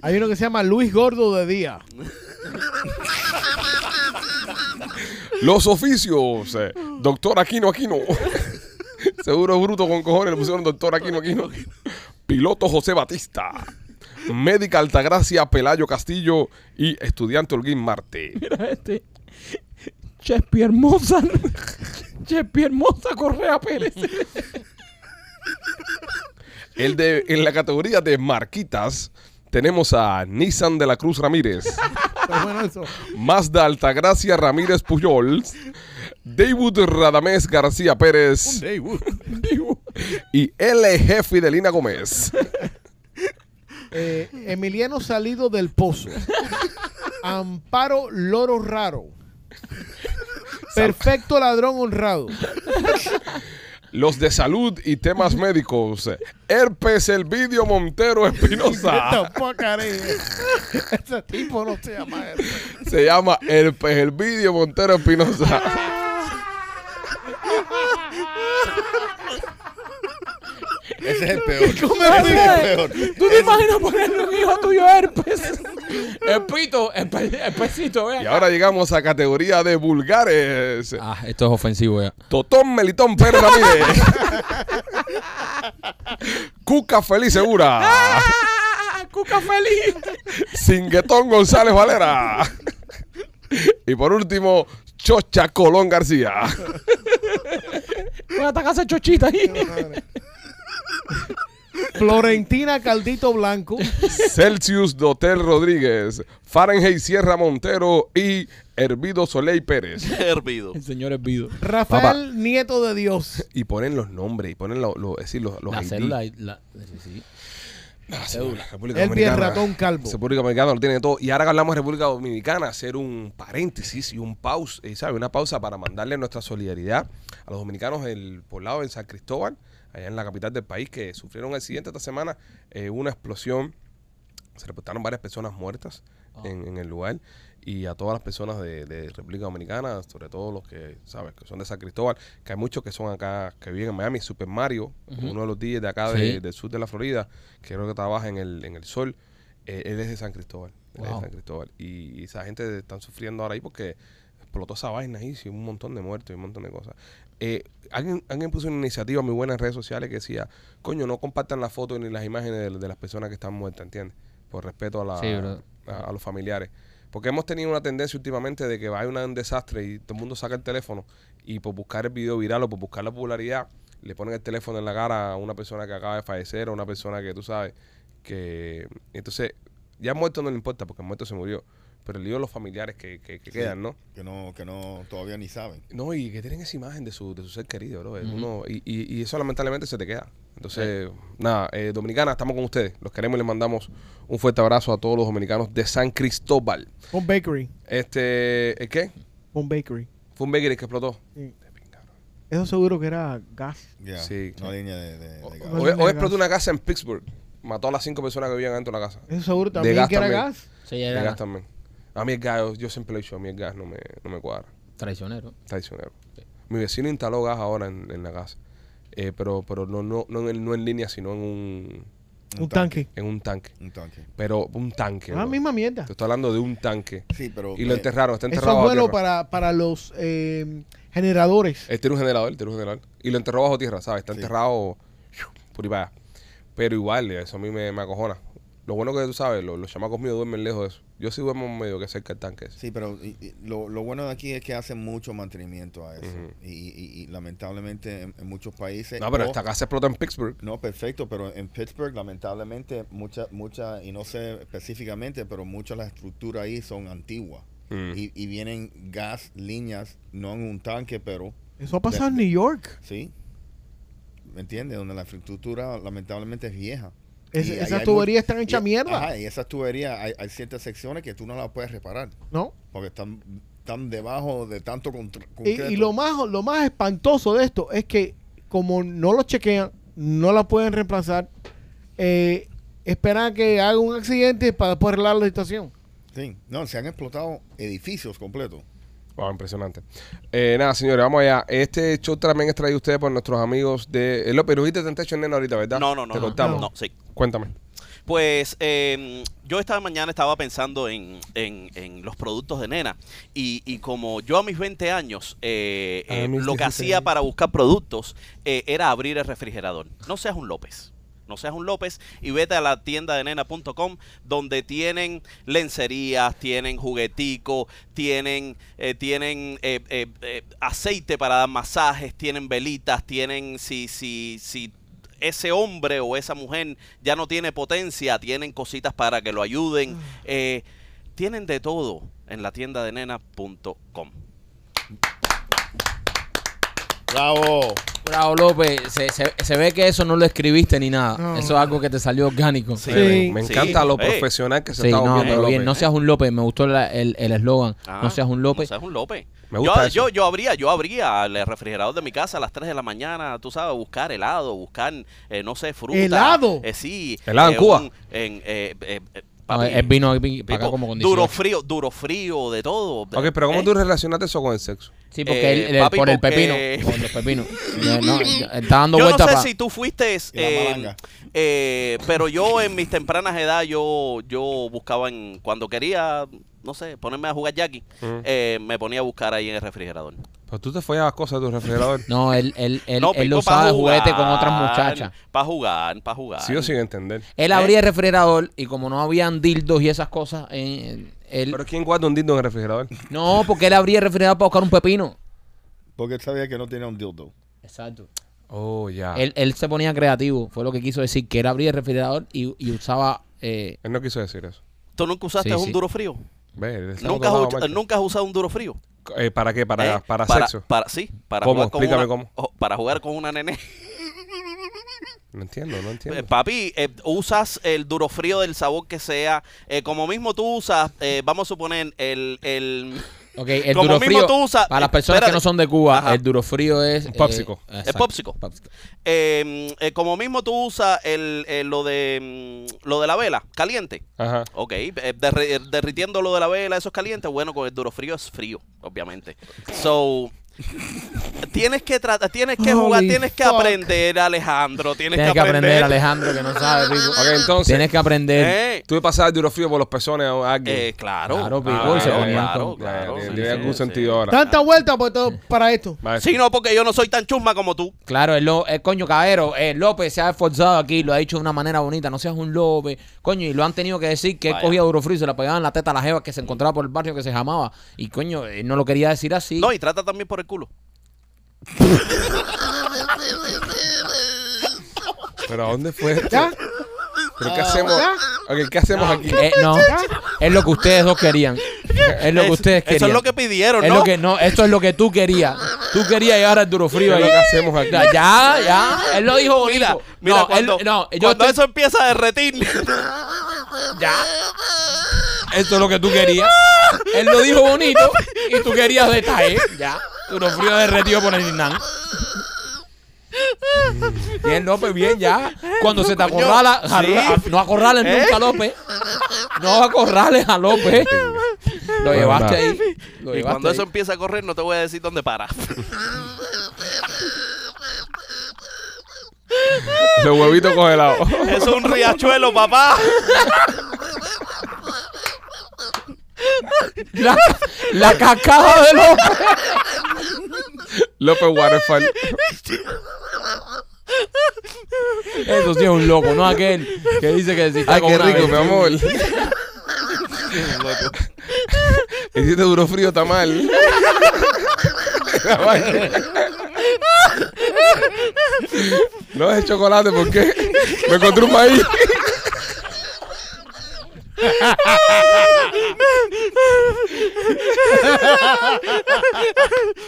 E: Hay uno que se llama Luis Gordo de Día.
A: Los oficios. eh, Doctor Aquino Aquino. Seguro bruto con cojones le pusieron doctor Aquino Aquino. Piloto José Batista. Médica Altagracia Pelayo Castillo y estudiante Holguín Marte.
G: Mira este. Shakespeare *laughs* Mozart. Shakespeare Mozart Correa Pérez. *laughs*
A: El de, en la categoría de marquitas tenemos a Nissan de la Cruz Ramírez,
E: Está bueno eso.
A: Mazda Altagracia Ramírez Puyol, David Radamés García Pérez y L. Jefe de Lina Gómez.
E: Eh, Emiliano Salido del Pozo. Amparo Loro Raro. Perfecto ladrón honrado.
A: Los de salud y temas médicos, Herpes Elvidio Montero Espinosa.
E: Ese tipo no se llama eso.
A: Se llama Herpes Elvidio Montero Espinosa.
F: Ese es el
A: *laughs*
F: peor. Ese es el
G: Ese-
F: peor.
G: ¿Tú te imaginas ponerle un hijo tuyo herpes? *laughs* El pito, el, pe- el pesito,
A: Y
G: vea.
A: ahora llegamos a categoría de vulgares.
G: Ah, esto es ofensivo ya.
A: Totón Melitón Pérez Ramírez. Cuca Feliz Segura.
G: ¡Ah! ¡Cuca feliz!
A: Singuetón González Valera. Y por último, Chocha Colón García.
G: Voy a atacar esa chochita ahí.
E: Florentina Caldito Blanco.
A: Celsius Dotel Rodríguez. Fahrenheit Sierra Montero y Hervido Soleil Pérez.
D: Hervido.
G: El señor es vido.
E: Rafael
A: Papá.
E: Nieto de Dios.
A: Y ponen los nombres, y ponen lo- lo- es decir, los, los
G: La
A: ID.
G: célula. La, sí.
A: Ah, sí, la República
E: El
A: Dominicana.
E: pierratón calvo.
A: República Dominicana lo tiene todo. Y ahora que hablamos de República Dominicana, hacer un paréntesis y un pausa, ¿sabes? Una pausa para mandarle nuestra solidaridad a los dominicanos del poblado en San Cristóbal, allá en la capital del país, que sufrieron un accidente esta semana, eh, una explosión. Se reportaron varias personas muertas
G: Ah.
A: en, en el lugar y a todas las personas de, de República Dominicana, sobre todo los que, ¿sabes? Que son de San Cristóbal, que hay muchos que son acá, que viven en Miami. Super Mario, uno de los DJs de acá de-
G: Sí.
A: del sur de la Florida, que creo que trabaja en el, en el sol, eh, él es de San Cristóbal. Él es de
G: Wow.
A: San Cristóbal. Y, y esa gente están sufriendo ahora ahí porque explotó esa vaina ahí, sí, un montón de muertos y un montón de cosas. Eh, alguien, alguien puso una iniciativa muy buena en redes sociales que decía, coño, no compartan las fotos ni las imágenes de, de las personas que están muertas, ¿entiendes? Por respeto a, la-
G: Sí, bro.
A: a, a los familiares. Porque hemos tenido una tendencia últimamente de que va a haber un desastre y todo el mundo saca el teléfono y por buscar el video viral o por buscar la popularidad le ponen el teléfono en la cara a una persona que acaba de fallecer o una persona que tú sabes que... Entonces, ya muerto no le importa porque el muerto se murió. Pero el lío de los familiares que, que- que quedan, ¿no?
F: Que no, que no, todavía ni saben.
A: No, y que tienen esa imagen de su, de su ser querido, bro. Es uno- y, y- y eso lamentablemente se te queda. Entonces, nada, eh, Dominicana, estamos con ustedes. Los queremos y les mandamos un fuerte abrazo a todos los dominicanos de San Cristóbal.
E: Un bakery.
A: Este, ¿el ¿qué?
E: Un bakery.
A: Fue un bakery que explotó.
E: Sí. Eso seguro que era gas.
F: Ya,
A: Sí.
F: Una línea de, de- de gas.
A: Hoy, hoy explotó una casa en Pittsburgh. Mató a las cinco personas que vivían dentro de la casa.
E: Eso seguro
A: De
E: también
A: gas
E: que era
A: también.
E: gas.
G: Sí,
A: El
G: era
A: gas también. A mí el gas, yo, yo siempre lo he dicho, a mí el gas no me, no me cuadra.
G: traicionero.
A: Traicionero. Mi vecino instaló gas ahora en, en la casa. Eh, pero pero no, no, no, en, no en línea, sino en un,
E: Un tanque.
A: en un tanque.
F: Un tanque.
A: Pero un tanque.
E: La
A: bro.
E: misma mierda.
A: Te estoy hablando de un tanque.
F: Sí, pero.
A: Y lo
F: eh,
A: enterraron, está
E: Eso
A: enterrado
E: es
A: bajo
E: bueno
A: tierra.
E: para, para los eh, generadores.
A: Él tiene un generador, él tiene un generador. Y lo enterró bajo tierra, ¿sabes? Está
F: Sí.
A: enterrado por ahí para allá. Pero igual, eso a mí me, me acojona. Lo bueno que tú sabes, lo- los chamacos míos duermen lejos de eso. Yo sí duermo medio que cerca del tanque. ese.
F: Sí, pero y- y lo, lo bueno de aquí es que hacen mucho mantenimiento a eso.
A: Ujú.
F: y, y- y lamentablemente en, en muchos países...
A: No, pero
F: o-
A: esta casa explota en Pittsburgh.
F: No, perfecto, pero en Pittsburgh lamentablemente muchas, muchas, y no sé específicamente, pero muchas de las estructuras ahí son antiguas.
A: Mm.
F: Y, y vienen gas, líneas, no en un tanque, pero
E: Eso ha pasado en New York.
F: sí. ¿Me entiendes? Donde la infraestructura lamentablemente es vieja.
E: Es-
F: Y ahí
E: esas
F: hay
E: tuberías
F: mu-
E: están hechas
F: y-
E: mierda.
F: Ajá, y esas tuberías, hay, hay ciertas secciones que tú no las puedes reparar
E: ¿No?
F: porque están, están debajo de tanto contr-
E: Y,
F: concreto.
E: y lo, más, lo más espantoso de esto es que como no los chequean, no la pueden reemplazar, eh, esperan a que haga un accidente para después arreglar la situación.
F: Sí, no, se han explotado edificios completos.
A: Wow, Oh, impresionante. Eh, nada, señores, vamos allá. Este show también es traído a ustedes por nuestros amigos de. Eh, López, dijiste Temptation Nena ahorita, ¿verdad?
D: No, no, no.
A: Te
D: no,
A: cortamos.
D: no, sí.
A: Cuéntame.
D: Pues eh, yo esta mañana estaba pensando en, en- en los productos de nena y, y como yo a mis 20 años eh,
A: A
D: eh,
A: mis
D: lo que
A: 16.
D: hacía para buscar productos eh, era abrir el refrigerador. No seas un López. No seas un López y vete a la tienda de nena.com donde tienen lencerías, tienen juguetico, tienen, eh, tienen eh, eh, eh, aceite para dar masajes, tienen velitas, tienen si, si, si ese hombre o esa mujer ya no tiene potencia, tienen cositas para que lo ayuden.
A: Ah.
D: eh, tienen de todo en la tienda de nena.com.
F: ¡Bravo!
G: Bravo López, se, se- se ve que eso no lo escribiste ni nada.
E: No.
G: Eso es algo que te salió orgánico.
D: Sí.
A: Eh, me
D: Sí.
A: encanta lo
D: Ey.
A: profesional que se
G: Sí,
A: está
G: no,
A: volviendo
G: pero bien,
A: López.
G: no seas un López, me gustó la- el el eslogan.
D: Ah,
G: no seas un López.
D: No seas un López.
A: Me gusta
D: yo,
A: eso.
D: yo, yo abría, yo abría el refrigerador de mi casa a las 3 de la mañana, tú sabes, buscar helado, buscar, eh, no sé, fruta.
E: ¿Helado?
D: Eh, sí.
A: ¿Helado en
D: eh,
A: Cuba?
D: un- en, eh, eh, eh,
G: No,
D: papi,
G: es vino aquí para acá
D: tipo,
G: como condición.
D: duro frío, duro frío, de todo.
A: Ok, pero ¿cómo
D: ¿Eh?
A: tú relacionaste eso con el sexo?
G: Sí, porque
D: Eh,
G: él- él-
D: papi,
G: por el
D: porque-
G: pepino. Por los pepinos.
D: *laughs*
G: No, no, está dando
D: Yo no
G: vuelta
D: sé
G: pa-
D: si tú fuiste,
F: Y la
D: eh,
F: malanga.
D: eh, pero yo en mis tempranas edades yo, yo buscaba en, cuando quería, no sé, ponerme a jugar Jackie,
A: Mm.
D: eh, me ponía a buscar ahí en el refrigerador.
A: Pero Pues tú te follabas cosas de tu
D: *laughs*
A: refrigerador.
G: No, él, él, él,
D: no,
G: él lo usaba de juguete con otras muchachas.
D: Para jugar, para jugar.
A: Sí o sin entender.
G: Él abría el refrigerador y como no habían dildos y esas cosas, eh, él...
A: Pero ¿quién guarda un dildo en el refrigerador?
G: No, porque él abría el refrigerador para buscar un pepino.
F: Porque él sabía que no tenía un dildo.
G: Exacto.
A: Oh, ya.
G: Él, él se ponía creativo, fue lo que quiso decir, que él abría el refrigerador y, y usaba... eh,
A: Él no quiso decir eso.
D: ¿Tú nunca usaste
G: Sí,
D: un
G: sí.
D: duro frío?
A: Ve, él está
D: ¿Nunca
A: otro
D: has,
A: lado,
D: ucha-
A: macho.
D: ¿Nunca has usado un duro frío?
A: Eh, ¿Para qué? ¿Para,
D: ¿Eh?
A: para, sexo?
D: Para, sí, para
A: ¿Cómo?
D: jugar con
A: Explícame
D: una,
A: cómo.
D: o- Para jugar con una nene.
A: No entiendo, no entiendo.
D: Eh, Papi, eh, usas el duro frío del sabor que sea. eh, como mismo tú usas, eh, vamos a suponer, el. el *laughs*
G: ok, el
D: Como
G: duro
D: mismo
G: frío...
D: tú usas- eh,
G: Para las personas que
D: espérate.
G: no son de Cuba,
D: Ajá.
G: el duro frío es...
A: Un popsico.
G: eh,
D: Es
G: exacto,
D: popsico. eh, eh, como mismo tú usas el, el- lo, de, mm, lo de la vela, caliente.
A: Ajá.
D: Ok, eh, derri- derritiendo lo de la vela, eso es caliente. Bueno, con el duro frío es frío, obviamente. So. Tienes que tratar, tienes que jugar,
E: Holy
D: tienes que
E: fuck.
D: aprender, Alejandro. Tienes,
G: Tienes que aprender, Alejandro, que no sabe,
D: *laughs*
G: pico.
A: Ok, entonces.
G: Tienes que aprender.
D: Eh,
A: Tú pasabas el duro frío por los pezones a alguien.
D: eh, claro.
G: Claro, pico,
A: Ah,
G: y se
A: ya,
G: ponían
A: ya,
G: con-
A: ya,
D: claro,
A: tiene-
D: sí,
A: Tiene
D: sí,
A: algún
D: sí.
A: sentido ahora.
E: Tanta vuelta por todo- para
A: *laughs*
E: esto.
A: Maestro.
D: Sí, no, porque yo no soy tan chusma como tú.
G: Claro, el, Lo- el coño cabero, eh, López se ha esforzado aquí, lo ha dicho de una manera bonita, no seas un López, coño, y lo han tenido que decir que él
D: Vaya.
G: cogía duro frío y se la pegaba en la teta a la jeva que se encontraba por el barrio que se llamaba, y coño, él no lo quería decir así.
D: No, y trata también por el culo.
A: Pero ¿a dónde fue esto?
E: ¿Ya?
A: ¿Pero qué hacemos? Ok, ¿qué hacemos aquí?
G: Eh, no, es lo que ustedes dos querían. Es lo que
D: Es-
G: ustedes querían.
D: Eso es lo que pidieron,
G: Es
D: ¿no?
G: lo que- no, esto es lo que tú querías. Tú querías llegar al duro
A: ¿Qué
G: frío
A: es
G: ahí.
A: lo que hacemos aquí?
G: Ya, ya, ya, él lo dijo bonito.
D: Mira, mira,
G: no, él-
D: cuando,
G: no, yo
D: cuando
G: estoy-
D: eso empieza a derretir. *laughs*
G: Ya. Esto es lo que tú querías. Él lo dijo bonito y tú querías detalle. Ya. Duro frío derretido por el Hernán. Bien, López, bien, ya. Cuando se te acorrala, jarra- no acorrales nunca a López. No acorrales a López. Lo
A: Bueno,
G: llevaste
A: nada.
G: ahí. Lo
D: Y
G: llevaste
D: cuando eso
G: ahí.
D: empieza a correr, no te voy a decir dónde para. *laughs*
A: Los huevitos
D: *laughs*
A: congelados.
D: es un riachuelo,
G: *laughs*
D: papá.
G: La, la cascada de López.
A: López Waterfall.
G: Eso sí es un loco, no aquel que dice que si está
A: Ay,
G: con
A: Ah, qué
G: una
A: rico, mi
G: vez-
A: amor. Y si te duró frío, está mal. No es chocolate, ¿por qué? Me encontré un maíz.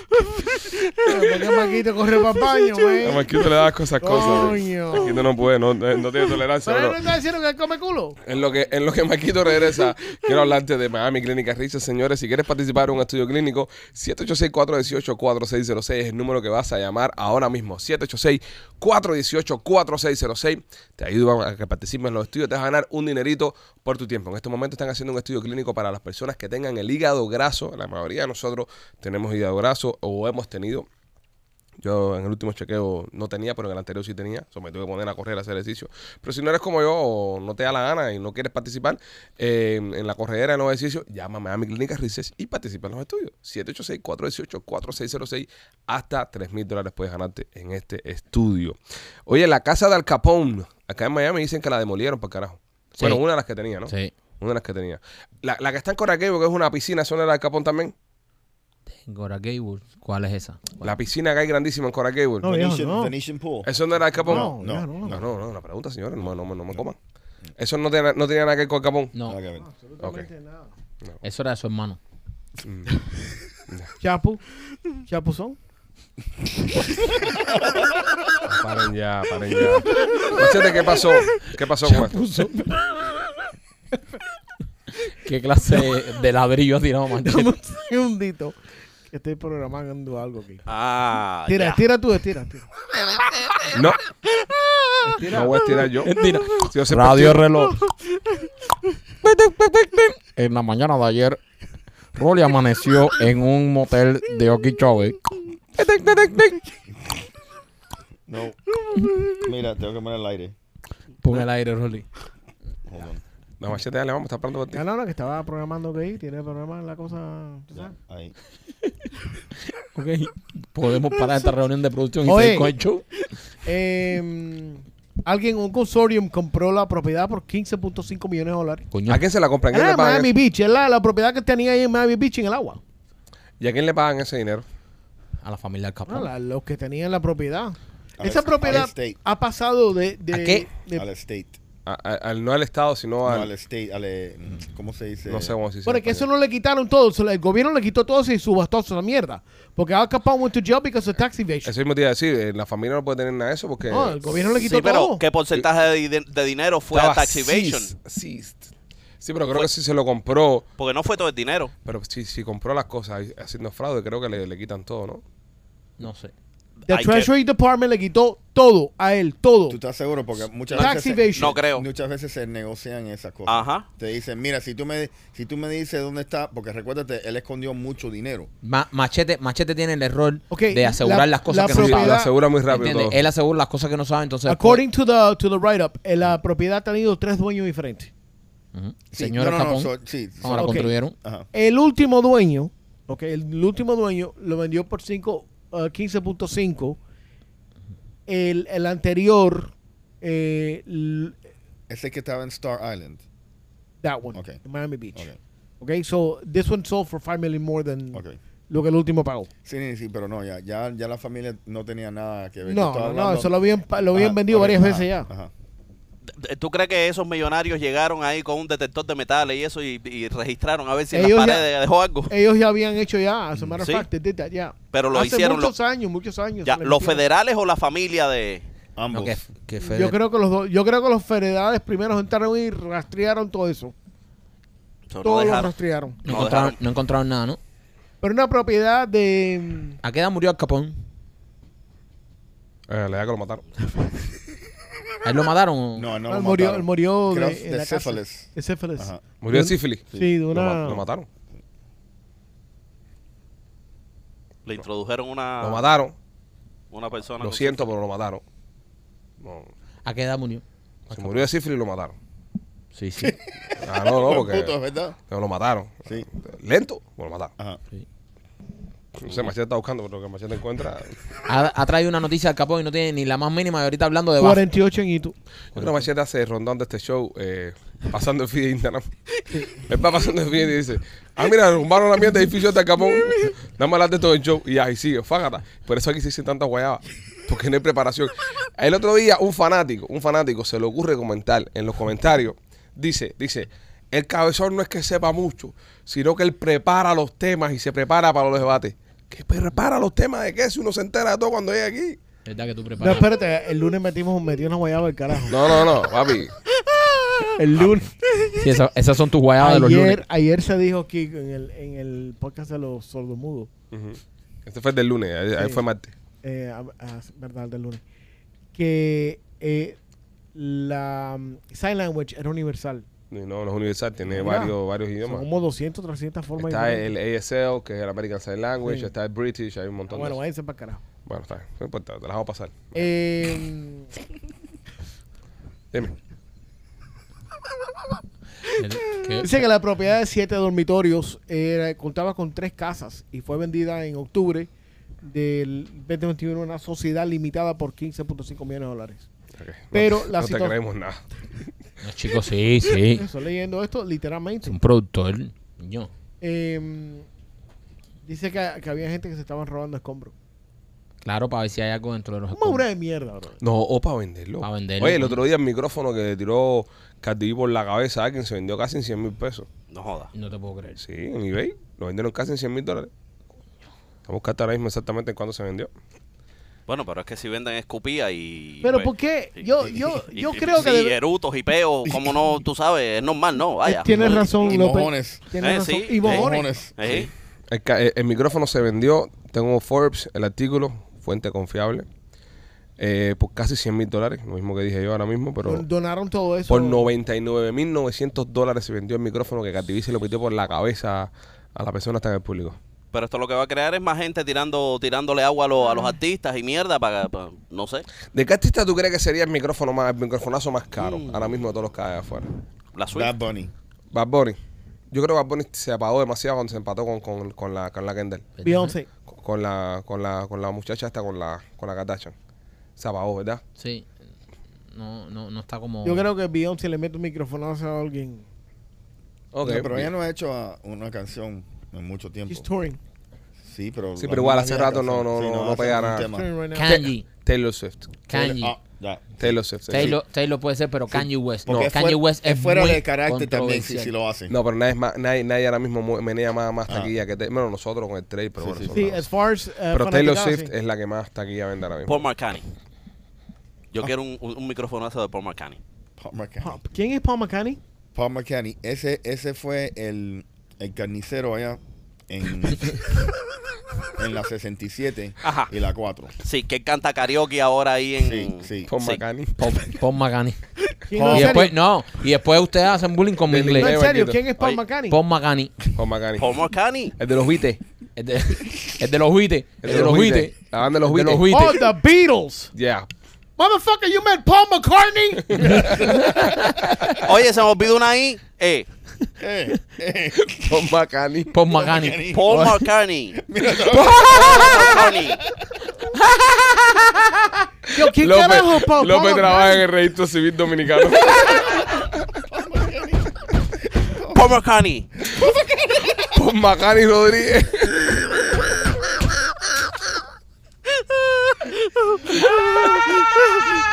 E: ¿Por qué Maquito corre para el baño,
A: A
E: güey?
A: Marquito le das cosas, cosas.
E: Coño.
A: Marquito no puede, no, no tiene tolerancia.
E: Pero él
A: bro.
E: no está diciendo que él come culo.
A: En lo que, en lo que Maquito regresa, quiero hablarte de Miami Clínica Research, señores. Si quieres participar en un estudio clínico, 786-418-4606 es el número que vas a llamar ahora mismo. 786-418-4606. Te ayudan a que participes en los estudios. Te vas a ganar un dinerito por tu tiempo. En este momento están haciendo un estudio clínico para las personas que tengan el hígado graso. La mayoría de nosotros tenemos hígado graso o hemos tenido. Yo en el último chequeo no tenía, pero en el anterior sí tenía. So, me tuve que poner a correr a hacer ejercicio. Pero si no eres como yo o no te da la gana y no quieres participar eh, en la corredera en los ejercicios, llámame a mi clínica Rices y participa en los estudios. 786-418-4606 hasta 3 mil dólares puedes ganarte en este estudio. Oye, la casa de Al Capone, acá en Miami dicen que la demolieron para carajo.
G: Sí.
A: Bueno, una de las que tenía, ¿no?
G: Sí.
A: Una de las que tenía. La, la que está en Coraqueo, que es una piscina, ¿son de la Al Capone también?
G: Gora Gable, ¿cuál es esa?
A: La piscina que hay grandísima en Coraqueo.
E: No, viejo,
F: Venetian,
E: no.
F: Venetian Pool.
A: ¿Eso no era Al Capone?
E: No,
F: no,
E: ya
A: No, no, no, una pregunta, señores, no, no, no me coman. Eso no tenía, no tenía nada que ver con Capón.
G: No,
F: Nada que ver.
E: Absolutamente nada.
G: eso era de su hermano.
E: Chapu. Chapuzón.
A: Ah, Paren ya, paren ya. Machete, ¿qué pasó? ¿Qué pasó con esto?
G: ¿Qué clase de ladrillo ha tirado
E: Dame
G: Machete?
E: *laughs* un segundito. Que estoy programando algo aquí.
D: Ah,
E: Tira,
D: ya.
E: tira tú, estira, estira.
A: No. No voy a estirar yo.
G: Mentira.
A: Si yo sé
G: Radio
A: por ti-
G: reloj. En la mañana de ayer, Rolly amaneció en un motel de Okeechobee.
F: No. *laughs* Mira, tengo que poner el aire.
G: Pon el aire, Rolly.
F: Hold on.
A: No, machete, dale, vamos, está pronto por ti.
E: Ya no, no, que estaba programando que ahí, tiene programada la cosa. ¿tú sabes?
F: Ahí.
G: Ok. Podemos parar esta reunión de producción y
E: Oye.
G: seguir con el show.
E: Eh, alguien, un consortium, compró la propiedad por 15.5 millones de dólares.
G: Coño.
A: ¿A quién se la compran? ¿A
E: Era
A: quién le
E: de
A: pagan
E: Miami
A: eso?
E: Beach, es la, la propiedad que tenía ahí en Miami Beach en el agua.
A: ¿Y a quién le pagan ese dinero?
G: A la familia del
E: No,
G: Capón.
E: Ah, la- los que tenían la propiedad.
F: Al
E: Esa
F: est-
E: propiedad
F: al estate.
E: ha pasado de. de-
G: ¿A qué?
E: de-
F: Al state.
A: A- a- al- no al Estado, sino
F: No,
A: al.
F: al state. Al, eh, ¿Cómo se dice?
A: no sé cómo se dice.
E: bueno,
A: en
E: que eso
A: español.
E: no le quitaron todo. se lo- El gobierno le quitó todo y subastó esa mierda. Porque Al Capone went to jail because of tax evasion.
A: Eso mismo te iba a decir. eh, La familia no puede tener nada de eso porque.
E: No, el gobierno le quitó
D: Sí, pero
E: todo.
D: ¿qué porcentaje de, di- de dinero fue a
A: estaba
D: tax evasion?
A: seized, seized. Sí, pero creo que si se lo compró.
D: Porque no fue todo el dinero.
A: Pero si, si compró las cosas haciendo fraude, creo que le, le quitan todo, ¿no?
G: No sé.
E: The
D: Hay que-
E: Treasury Department le quitó todo a él, todo.
F: ¿Tú estás seguro? Porque muchas
E: Tax
F: veces. se-
E: evasion.
D: No creo.
F: Muchas veces se negocian esas cosas.
D: Ajá.
F: Te dicen, mira, si tú me, si tú me dices dónde está, porque recuérdate, él escondió mucho dinero.
G: Ma- machete, machete tiene el error
E: Ok,
G: de asegurar
E: la-
G: las cosas
E: la
G: que
A: Sí,
G: no
E: propiedad-
A: lo
G: sabe.
A: asegura muy rápido
G: ¿Entiendes?
A: todo.
G: Él asegura las cosas que no sabe, entonces.
E: According to the, to the write-up, eh, la propiedad ha tenido tres dueños diferentes.
G: Ujú.
F: Sí,
G: Señora
F: no, no, no,
G: Capón.
F: so- sí, so-
G: Ahora
E: ok.
G: construyeron.
F: Ajá.
E: El último dueño, ok, el último dueño lo vendió por cinco, eh, 15.5. El, el anterior, eh, l-
F: Ese que estaba en Star Island.
E: that one,
F: Ok.
E: in Miami Beach.
F: Ok.
E: Okay. so this one sold for 5 million more than
F: Ok.
E: lo que el último pagó.
F: Sí, sí, sí, pero no, ya, ya, ya la familia no tenía nada que ver.
E: No,
F: Yo
E: no,
F: estaba
E: no,
F: hablando-
E: eso lo habían, pa- lo habían
F: Ajá,
E: vendido
F: Ah, ok, ah.
E: varias
F: ajá,
E: veces ya.
F: Ajá.
D: ¿Tú crees que esos millonarios llegaron ahí con un detector de metales y eso y, y registraron a ver si en
E: Ellos
D: las
E: ya-
D: paredes dejó algo?
E: Ellos ya habían hecho ya,
F: Mm,
E: as a matter of
D: Sí.
E: fact, they did that, ya.
D: Pero lo
E: Hace
D: hicieron
E: muchos años, muchos años.
D: Ya,
E: se le
D: ¿Los
E: metieron.
D: federales o la familia de...?
F: Ambos.
G: No, que, que Fede-
E: Yo creo que los dos, yo creo que los federales primeros entraron y rastrearon todo eso.
D: Eso no
E: Todos lo
D: dejaron.
E: rastrearon.
G: no,
D: no
G: encontraron,
D: dejaron.
G: no encontraron nada, ¿no?
E: Pero una propiedad de
G: ¿A qué edad murió Al Capón?
A: Eh, le da que lo mataron.
G: ¿A él lo mataron? o-
F: No, no
E: él
F: lo
E: murió,
F: mataron.
E: él murió
F: Creo
E: de, en
F: de
E: la cárcel.
F: sífilis.
E: De sífilis.
F: Ajá.
A: Murió de
E: un-
A: sífilis.
E: Sí, de
A: Lo
E: una.
A: ma- Lo, mataron.
D: Le introdujeron
G: Ah.
A: Lo
D: una,
A: mataron.
D: una persona.
A: Lo
D: con-
A: siento, pero lo mataron. No,
G: ¿A qué edad murió?
A: Se murió de sífilis y lo mataron.
G: Sí, sí.
A: Ah, no, no,
G: *laughs*
F: Buen
A: porque
F: puto, ¿verdad?
A: pero lo mataron.
F: Sí.
A: Lento, pero lo mataron.
F: Ajá.
A: No sé, Machete está buscando, pero lo que Machete encuentra.
G: Ha, ha traído una noticia al capón y no tiene ni la más mínima. Y ahorita hablando de Buffett.
E: 48 en Itu.
A: Yo creo que Machete hace el rondón de este show eh, pasando el feed de Instagram. Él va pasando el feed y dice: Ah, mira, rumbaron la mierda de edificio de Capón. Nada más de todo el show. Y ahí sigue, fágata. Por eso aquí se dicen tantas guayabas. Porque no hay preparación. El otro día, un fanático, un fanático se le ocurre comentar en los comentarios. Dice, dice. El cabezón no es que sepa mucho, sino que él prepara los temas y se prepara para los debates. ¿Qué prepara los temas de qué? Si uno se entera de todo cuando llega aquí.
G: ¿Verdad que tú
E: No,
G: preparas?
E: espérate, el lunes metimos un metido una guayaba del carajo.
A: No, no, no, papi.
E: El lunes.
G: Sí, esa- esas son tus
A: Ah,
G: guayabas de los lunes.
E: Ayer, ayer se dijo aquí en el, en el podcast de los sordomudos.
A: Ujú. Este fue el del lunes, ahí, ahí
E: Sí.
A: fue martes.
E: eh, a- a- verdad del lunes que eh, la mm, sign language era universal
A: Y No, no es universal, tiene
E: Mira,
A: varios, varios idiomas.
E: son como 200 300 formas
A: Está el
E: diferentes.
A: ASL, que es el American Sign Language,
E: Sí.
A: está el British, hay un
E: Ah,
A: montón
E: bueno
A: de...
E: váyanse para carajo
A: Bueno, está bien, no importa, te las hago pasar.
E: Eh,
A: Dime.
G: El- que-
E: dice que la propiedad de siete dormitorios era- contaba con tres casas y fue vendida en octubre del 2021 a una sociedad limitada por 15.5 millones de dólares
A: Ok, no
E: Pero
A: te-
E: la
A: No te
E: situa-
A: creemos nada.
G: No, chicos, sí, sí.
E: estoy leyendo esto literalmente
G: Es un productor. Yo.
E: Eh, dice que, que había gente que se estaban robando escombros
G: Claro, para ver si hay algo dentro de
A: Ah,
G: los
E: una obra de mierda bro.
A: No, o para venderlo.
G: Pa' venderlo.
A: Oye, el otro día el micrófono que le tiró Cardi B por la cabeza a alguien se vendió casi en 100 mil pesos.
D: No joda.
G: No te puedo creer.
A: Sí, en eBay. Lo vendieron casi en 100 mil dólares. Vamos a buscar ahora mismo exactamente en cuándo se vendió.
D: Bueno, pero es que si venden escupía y.
E: Pero
D: pues,
E: ¿por qué?
D: y-
E: Yo,
D: y-
E: yo,
D: y-
E: yo
D: y-
E: creo que...
D: sí,
E: debe-
D: erutos y peos, como no, tú sabes, es normal, ¿no? Vaya.
E: Tienes razón,
F: Y
E: López.
F: mojones.
E: Tienes
D: Eh,
E: razón.
D: sí,
E: y
D: eh.
E: mojones.
F: Mojones.
D: Sí.
A: El, ca- eh, el- el micrófono se vendió, tengo Forbes, el artículo, fuente confiable, eh, por casi 100 mil dólares, lo mismo que dije yo ahora mismo, pero
E: Don- Donaron todo eso.
A: por 99.900 dólares se vendió el micrófono que Cardi B se lo metió por la cabeza a la persona hasta en el público.
D: Pero esto lo que va a crear es más gente tirando tirándole agua a, los- a
E: Ah.
D: los artistas y mierda para, para- no sé,
A: ¿De qué artista tú crees que sería el micrófono más, el microfonazo más caro ahora mismo de todos los que hay afuera?
D: la suite.
F: Bad Bunny.
A: Bad Bunny. Yo creo que Bad Bunny se apagó demasiado cuando se empató con, con, con la, con la Kendall.
E: Beyoncé.
A: Con- Con la, con la, con la muchacha hasta con la, con la Kardashian. Se apagó, ¿verdad?
G: Sí. No, no, no está como.
E: Yo creo que Beyoncé le mete un microfonazo a alguien.
A: Ok.
F: No, pero ella no ha hecho ah, una canción en mucho tiempo.
E: She's touring.
F: Sí, pero.
A: Sí,
F: la
A: pero igual,
F: misma
A: hace
F: vieja
A: rato no-
F: canción.
A: no- no-
F: hace
A: no pega
F: un
A: nada.
F: tema.
E: Touring right now.
G: Kanji.
A: Taylor Swift.
G: Kanji.
F: Ah, ya.
A: Taylor Swift. sí.
G: Taylor, Taylor puede ser, pero Kanye West.
F: Porque
G: No,
F: es
G: Kanye
F: fuera-
G: West es,
F: fuera
G: muy
F: de carácter también si,
G: controversial.
F: si lo hacen.
A: No, pero nadie, es más- nadie, nadie ahora mismo mu- menea más, más
F: Ah.
A: taquilla que Taylor. Bueno, nosotros con el trade, pero
F: Sí,
A: bueno.
F: sí,
A: eso
F: sí.
A: es
E: Sí,
A: otra cosa.
E: as far as, eh,
A: pero Taylor
E: fanaticada,
A: Swift eh.
E: sí.
A: es la que más taquilla vende ahora mismo.
D: Paul McCartney. Yo quiero un, un, un microfonazo de Paul McCartney.
F: Paul McCartney.
E: Pa- ¿Quién es Paul McCartney?
F: Paul McCartney. Ese, ese fue el, el carnicero allá
A: *laughs*
F: en, en la 67
D: Ajá.
F: y la 4.
D: Sí, que él canta karaoke ahora ahí
F: Sí,
D: en...
F: sí.
A: Mm. Paul
D: Sí.
A: McCartney.
G: Paul, Paul McCartney.
E: ¿Quién
F: Paul-
E: no,
G: y
E: en
G: después,
E: serio?
G: no, y después ustedes hacen bullying con mi
A: Del
E: No,
G: inglés.
E: en serio,
A: Oye,
E: ¿quién es Paul
D: Paul
E: McCartney?
G: Paul McCartney.
A: Paul McCartney.
D: Paul McCartney.
A: El de los Beatles.
G: El de, *laughs* el de los Huites. El de los
A: Beatles.
G: Huites.
A: La banda de los
G: El de los
A: Beatles.
G: Beatles.
E: Oh, the Beatles.
G: *laughs*
A: Yeah.
E: Motherfucker, you met Paul McCartney.
A: *laughs*
D: Oye, se me olvidó una I.
F: *laughs*
D: Eh,
F: Eh, eh,
A: Paul McCartney.
G: Paul McCartney.
D: Paul McCartney. Paul McCartney.
E: Yo, ¿quién
A: López,
E: carajo es Paul,
A: López
E: Paul
A: trabaja en
E: McCartney?
A: el registro civil dominicano. *laughs*
D: Paul McCartney.
A: Paul McCartney Rodríguez.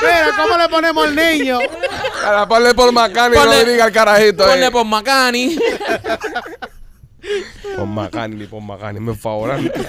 E: Mira, ¿cómo le ponemos al
A: *laughs*
E: niño?
A: A la par de Paul McCartney
G: Ponle-
A: Rodríguez al carajito.
G: Ponle
A: eh.
G: Paul McCartney.
A: Paul McCartney, Paul McCartney, me favorable.
G: *laughs*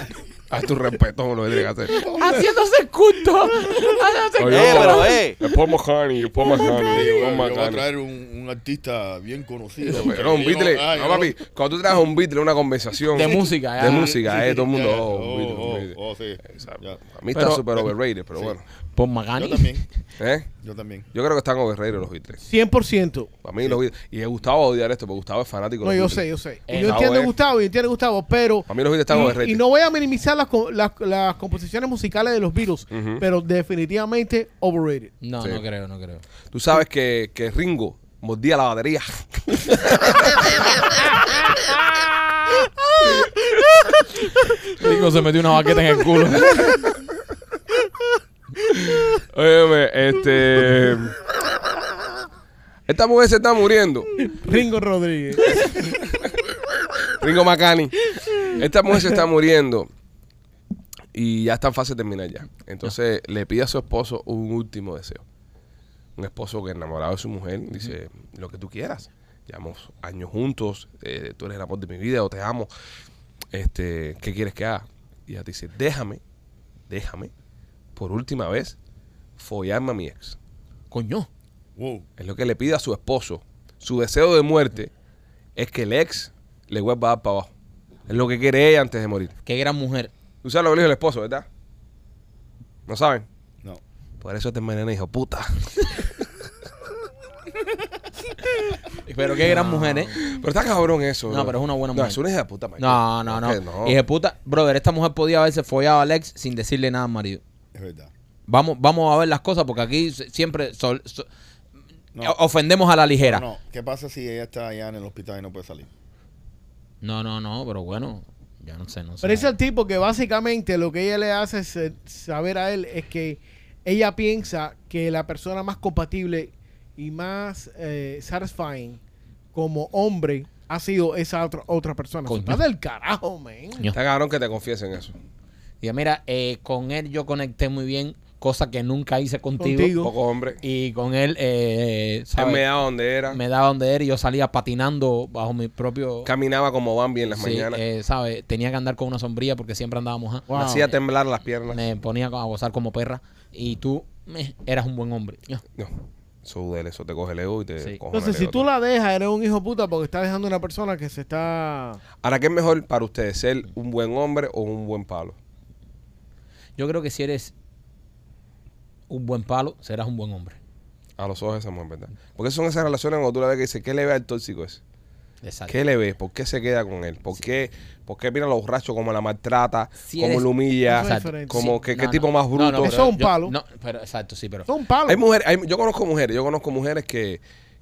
A: Haz tu respeto, lo que tienes que hacer.
G: Haciéndose culto. Haciéndose
A: Oye,
D: Eh, pero eh.
A: Es Paul McCartney, Paul McCartney,
F: yo,
A: Paul
F: voy a
A: McCartney.
F: traer un, un artista bien conocido.
A: Pero un
F: Yo no-
A: Beatle,
F: ah, yo
A: no papi, cuando tú traes un Beatle, una conversación
G: De música, ya.
A: de música,
F: Sí,
A: eh,
F: sí,
A: todo el mundo,
F: ya,
A: oh,
F: oh,
A: Beatle,
F: oh,
A: Beatle.
F: oh, sí,
A: Esa-
F: ya.
A: A mí está
G: Pero-
A: súper overrated, pero bueno,
G: Paul
F: Yo
G: McCartney.
F: también,
A: ¿eh?
F: yo también.
A: Yo creo que están overrated los Beatles.
E: 100%.
A: Para mí los Beatles, y Gustavo va a odiar esto, porque Gustavo es fanático. de
E: No,
A: los
E: yo
A: Beatles.
E: sé, yo sé.
A: Eh,
E: yo
A: no,
E: entiendo
A: eh.
E: Gustavo, yo entiendo Gustavo, pero...
A: Para mí los Beatles están
E: y,
A: overrated.
E: y no voy a minimizar las, co- las, las composiciones musicales de los Beatles,
A: Ujú.
E: pero definitivamente overrated.
G: No,
A: Sí.
G: no creo, no creo.
A: Tú sabes que, que Ringo mordía la batería. Ringo
G: Rico se metió una baqueta en el culo.
A: Óyeme, este. Esta mujer se está muriendo.
E: Ringo Rodríguez.
A: Ringo Macani. Esta mujer se está muriendo. Y ya está en fase de terminar ya. Entonces le pide a su esposo un último deseo. Un esposo que enamorado de su mujer dice: Lo que tú quieras. Llevamos años juntos. eh, tú eres el amor de mi vida. O te amo. Este, ¿Qué quieres que haga? Y ella te dice: Déjame, déjame, por última vez, follarme a mi ex.
G: Coño.
F: Wow.
A: Es lo que le pide a su esposo. Su deseo de muerte es que el ex le vuelva a dar para abajo. Es lo que quiere ella antes de morir.
G: Qué gran mujer.
A: Tú sabes lo que le dijo el esposo, ¿verdad? No saben.
F: No.
A: Por eso te envenené, hijo puta.
G: Pero qué gran mujer, ¿eh?
A: Pero está cabrón eso.
G: No,
A: bro.
G: pero es una buena
A: No,
G: mujer.
A: es una hija de puta, Michael.
G: No, no,
A: Es que
G: no. Hija de puta, brother, esta mujer podía haberse follado a Alex sin decirle nada al marido.
F: Es verdad.
G: Vamos, vamos a ver las cosas porque aquí se- siempre sol- so-
F: No.
A: Oh,
G: o- ofendemos a la ligera.
F: No, ¿qué pasa si ella está allá en el hospital y no puede salir?
G: No, no, no, pero bueno, ya no sé, no sé.
E: Pero es el tipo que básicamente lo que ella le hace es, eh, saber a él es que ella piensa que la persona más compatible y más eh, satisfying como hombre ha sido esa otra, otra persona. Eso
G: Coño.
E: Está del carajo, man.
G: Coño.
A: Está cabrón que te confiesen eso.
G: Diga, mira, eh, con él yo conecté muy bien, cosa que nunca hice contigo.
E: Contigo.
A: Poco hombre.
G: Y con él, eh,
A: Él
G: ¿sabes?
A: me daba donde era.
G: Me daba donde era y yo salía patinando bajo mi propio...
A: Caminaba como Bambi en las
G: Sí,
A: mañanas.
G: eh, ¿sabes? Tenía que andar con una sombrilla porque siempre andaba mojada.
A: Me Hacía temblar las piernas.
G: Me ponía a gozar como perra. Y tú meh, eras un buen hombre. Ya.
A: No. Eso duele, eso te coge el ego y te
G: Sí.
A: coge
E: Entonces, si tú la dejas, eres un hijo puta porque estás dejando una persona que se está...
A: Ahora, ¿qué es mejor para ustedes? ¿Ser un buen hombre o un buen palo?
G: Yo creo que si eres un buen palo, serás un buen hombre.
A: A los ojos de esa mujer, ¿verdad? Porque son esas relaciones cuando tú la ves que dices, ¿qué le ve al tóxico ese?
G: Exacto.
A: ¿Qué le ves? ¿Por qué se queda con él? ¿Por qué, por qué mira a los borrachos como la maltrata,
G: Si
A: como
G: eres-
A: lo humilla?
E: Exacto. diferente.
A: Como que qué tipo más bruto.
E: Eso
G: pero
E: es un
G: yo-
E: palo.
G: no, pero exacto, sí, pero.
E: Son palos.
A: Hay mujeres, hay- yo conozco mujeres, yo conozco mujeres que,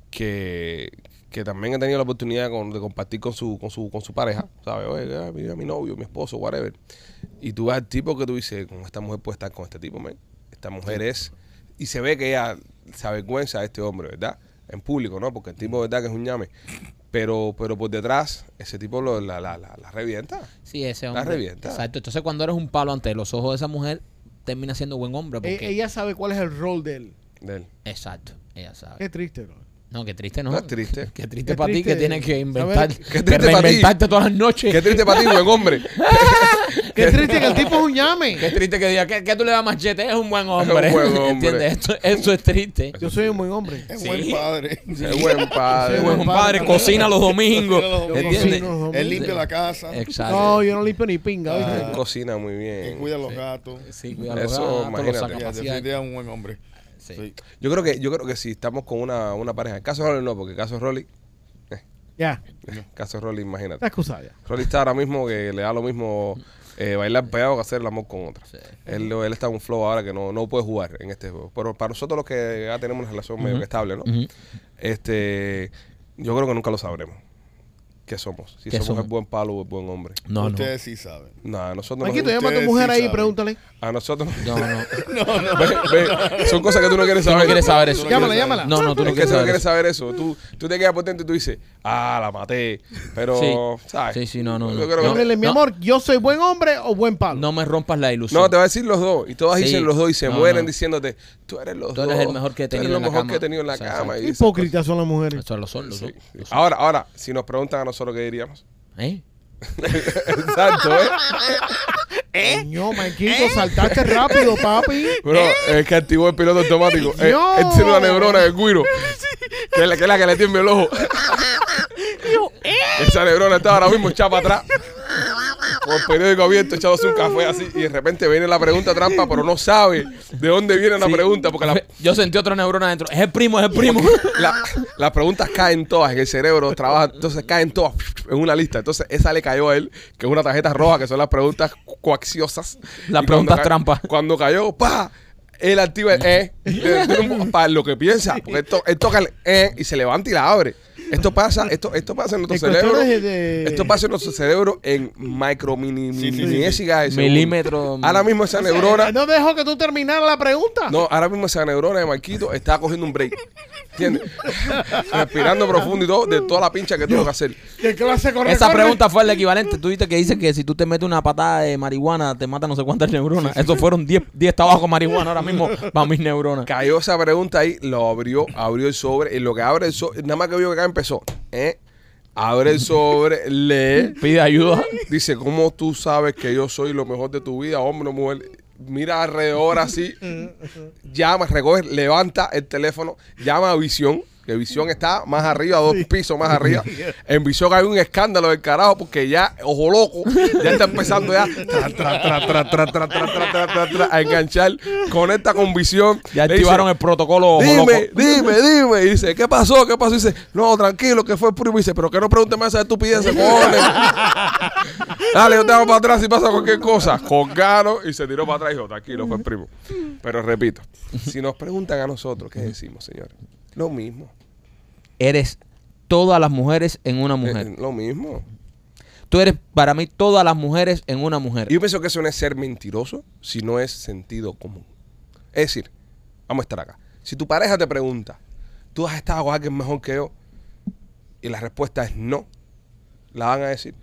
A: que, que también han tenido la oportunidad con- de compartir con su, con su, con su pareja, ¿sabes? Oye, ah, mira mi novio, mi esposo, whatever. Y tú vas al tipo que tú dices, con esta mujer puede estar con este tipo, man. Esta mujer es. Y se ve que ella se avergüenza de este hombre, ¿verdad? En público, ¿no? Porque el tipo, ¿verdad? Que es un ñame. Pero, pero por detrás, ese tipo lo, la, la, la, la revienta.
G: Sí, ese
A: La
G: hombre.
A: revienta.
G: Exacto. Entonces, cuando eres un palo ante los ojos de esa mujer, termina siendo buen hombre.
E: E-
G: Porque,
E: ella sabe cuál es el rol de él.
A: De él.
G: Exacto. Ella sabe.
E: Qué triste,
G: *laughs*
E: bro.
G: No, qué triste, ¿no?
A: No es triste.
G: Qué triste
E: Qué
G: para ti que
E: triste
G: tienes que
E: saber-
G: inventar.
E: Qué
G: Que
A: triste pa' ti.
G: reinventarte todas las noches.
A: Qué triste para ti, buen hombre.
E: Qué triste que el tipo
G: *laughs*
E: es un llame.
G: Qué triste que diga que, que tú le das machete, es un buen hombre.
A: buen hombre.
G: *laughs* ¿Entiendes? Esto- eso es triste.
E: Yo soy un buen hombre.
F: Es
G: *laughs* Sí.
F: buen padre.
A: *laughs* Es buen padre.
E: Sí,
G: Es buen padre, cocina los
A: *laughs*
G: domingos.
F: Yo
G: ¿Entiendes?
E: cocino.
F: Él limpia la casa,
G: Exacto.
E: No, yo no limpio ni pinga. ¿oíste?
A: Él cocina muy bien.
F: él cuida a los gatos.
G: Sí, cuidado.
A: Eso,
G: Eso,
A: imagínate.
F: Ya, definitivamente es un buen hombre. Sí.
A: Yo creo que, yo creo que si estamos con una, una pareja, el caso de Rolly no, porque el caso de Rolly,
E: Ya,
A: el caso de Rolly,
E: está
A: imagínate.
E: excusada ya.
A: Rolly está ahora mismo que le da lo mismo eh, bailar pegado que hacer el amor con otra. Él, lo- él está en un flow ahora que no, no puede jugar en este juego. Pero para nosotros los que ya tenemos una relación medio que estable, ¿no? Este, yo creo que nunca lo sabremos. ¿Qué somos? Si
G: ¿Qué
A: somos,
G: somos?
A: el buen palo o el buen hombre.
G: No, no.
F: Ustedes sí saben.
A: Nada, nosotros
E: Maquito,
A: nos-
E: llama a tu
F: ustedes
E: mujer
F: sí
E: ahí y
F: saben.
E: pregúntale.
A: a nosotros nos-
G: No, no.
A: *laughs* Ve, ve, son cosas que tú no quieres saber.
G: No quieres saber eso.
F: Tú no
E: Llámala,
F: quieres saber.
E: llámala.
G: No, no, tú no
A: Es que
G: quieres
A: tú no
G: saber.
A: quieres
G: eso.
A: saber eso. Tú, tú te quedas potente y tú dices, ah, la maté. Pero,
G: Sí.
A: ¿sabes?
G: Sí, sí, no, no,
A: Yo
G: no.
A: creo que-
E: Llámale, mi
G: no.
E: amor, ¿yo soy buen hombre o buen palo?
G: No me rompas la ilusión.
A: No, te va a decir los dos. Y todas
G: Sí.
A: dicen los dos y se
G: No,
A: mueren
G: no.
A: diciéndote, tú eres los
G: Tú
A: dos.
G: eres el mejor que he
A: Tú eres
G: tenido
A: lo
G: en la
A: mejor
G: cama.
A: que he tenido en la
G: O sea,
A: cama.
E: Qué
A: y esas
E: Hipócritas son las mujeres.
G: Eso lo son, lo
A: cosas.
G: son.
A: Sí, sí. Ah.
G: lo son.
A: Ahora, ahora, si nos preguntan a nosotros qué diríamos. *laughs*
G: ¿Eh?
A: Exacto, ¿eh?
G: ¿Eh?
E: Coño, Maquito, saltaste rápido, papi.
A: Bro, es que activó el piloto automático. Eh,
E: Dios.
A: Él tiene una neurona de cuiro. Que es la que, es la que le tiembla el ojo. Esa neurona está ahora mismo echada para atrás. Con el periódico abierto, echándose un café así. Y de repente viene la pregunta trampa, pero no sabe de dónde viene la pregunta. Porque la-
G: Yo sentí otra neurona dentro. Es el primo, es
A: *laughs*
G: el primo.
A: la- las preguntas caen todas en el cerebro, trabaja, entonces caen todas en una lista. Entonces esa le cayó a él, que es una tarjeta roja, que son las preguntas coaxiosas.
G: Las
A: Y cuando
G: preguntas
A: ca-
G: trampa.
A: Cuando cayó, pa, él E, activa el eh, de- de- para lo que piensa, porque él, to- él toca el eh y se E levanta y la abre. Esto pasa, esto, esto pasa en nuestro
E: De
A: cerebro.
E: cuestiones de-
A: Esto pasa en nuestro cerebro en micro mini,
F: Sí, sí, sí,
A: miniesigas de segundo.
G: Milímetro.
A: Ahora mismo esa neurona.
E: No dejó que tú terminara la pregunta.
A: No, ahora mismo esa neurona de Marquito está cogiendo un break. ¿Entiendes? *laughs* Respirando profundo y todo, de toda la pincha que tuvo que hacer.
E: ¿Qué clase corre,
G: Esa
E: corre?
G: pregunta fue el equivalente. Tú viste que dice que si tú te metes una patada de marihuana, te mata no sé cuántas neuronas. Eso fueron 10 10 tabacos de marihuana ahora mismo para mis neuronas.
A: Cayó esa pregunta ahí, lo abrió, abrió el sobre. Y lo que abre el sobre, nada más que vio que acá empezó. ¿eh? Abre el sobre, lee.
G: Pide ayuda.
A: Dice, ¿cómo tú sabes que yo soy lo mejor de tu vida, hombre o mujer? Mira alrededor así, llama, recoge, levanta el teléfono, llama a Visión, que Visión está más arriba, dos pisos más arriba. En Visión hay un escándalo del carajo porque ya, ojo loco, ya está empezando ya tra, tra, tra, tra, tra, tra, tra, tra, tra, tra, tra, a enganchar. Conecta con Visión.
G: Ya
A: le dice,
G: activaron el protocolo. ojo
A: Dime,
G: loco.
A: dime, dime. Y dice, ¿qué pasó? ¿Qué pasó? Y dice, no, tranquilo, que fue el primo. Y dice, pero que no pregunte más esa estupidez,
G: *laughs*
A: cojones. Dale, yo te hago para atrás y pasa cualquier cosa. Colgaron y se tiró para atrás y dijo, tranquilo, fue el primo. Pero repito, si nos preguntan a nosotros, ¿qué decimos, señores? Lo mismo.
G: Eres todas las mujeres en una
A: Eh,
G: mujer.
A: lo mismo.
G: Tú eres para mí todas las mujeres en una mujer.
A: Y yo pienso que eso no es ser mentiroso, sino es sentido común. Es decir, vamos a estar acá. Si tu pareja te pregunta, ¿tú has estado con alguien mejor que yo? Y la respuesta es no, la van a decir.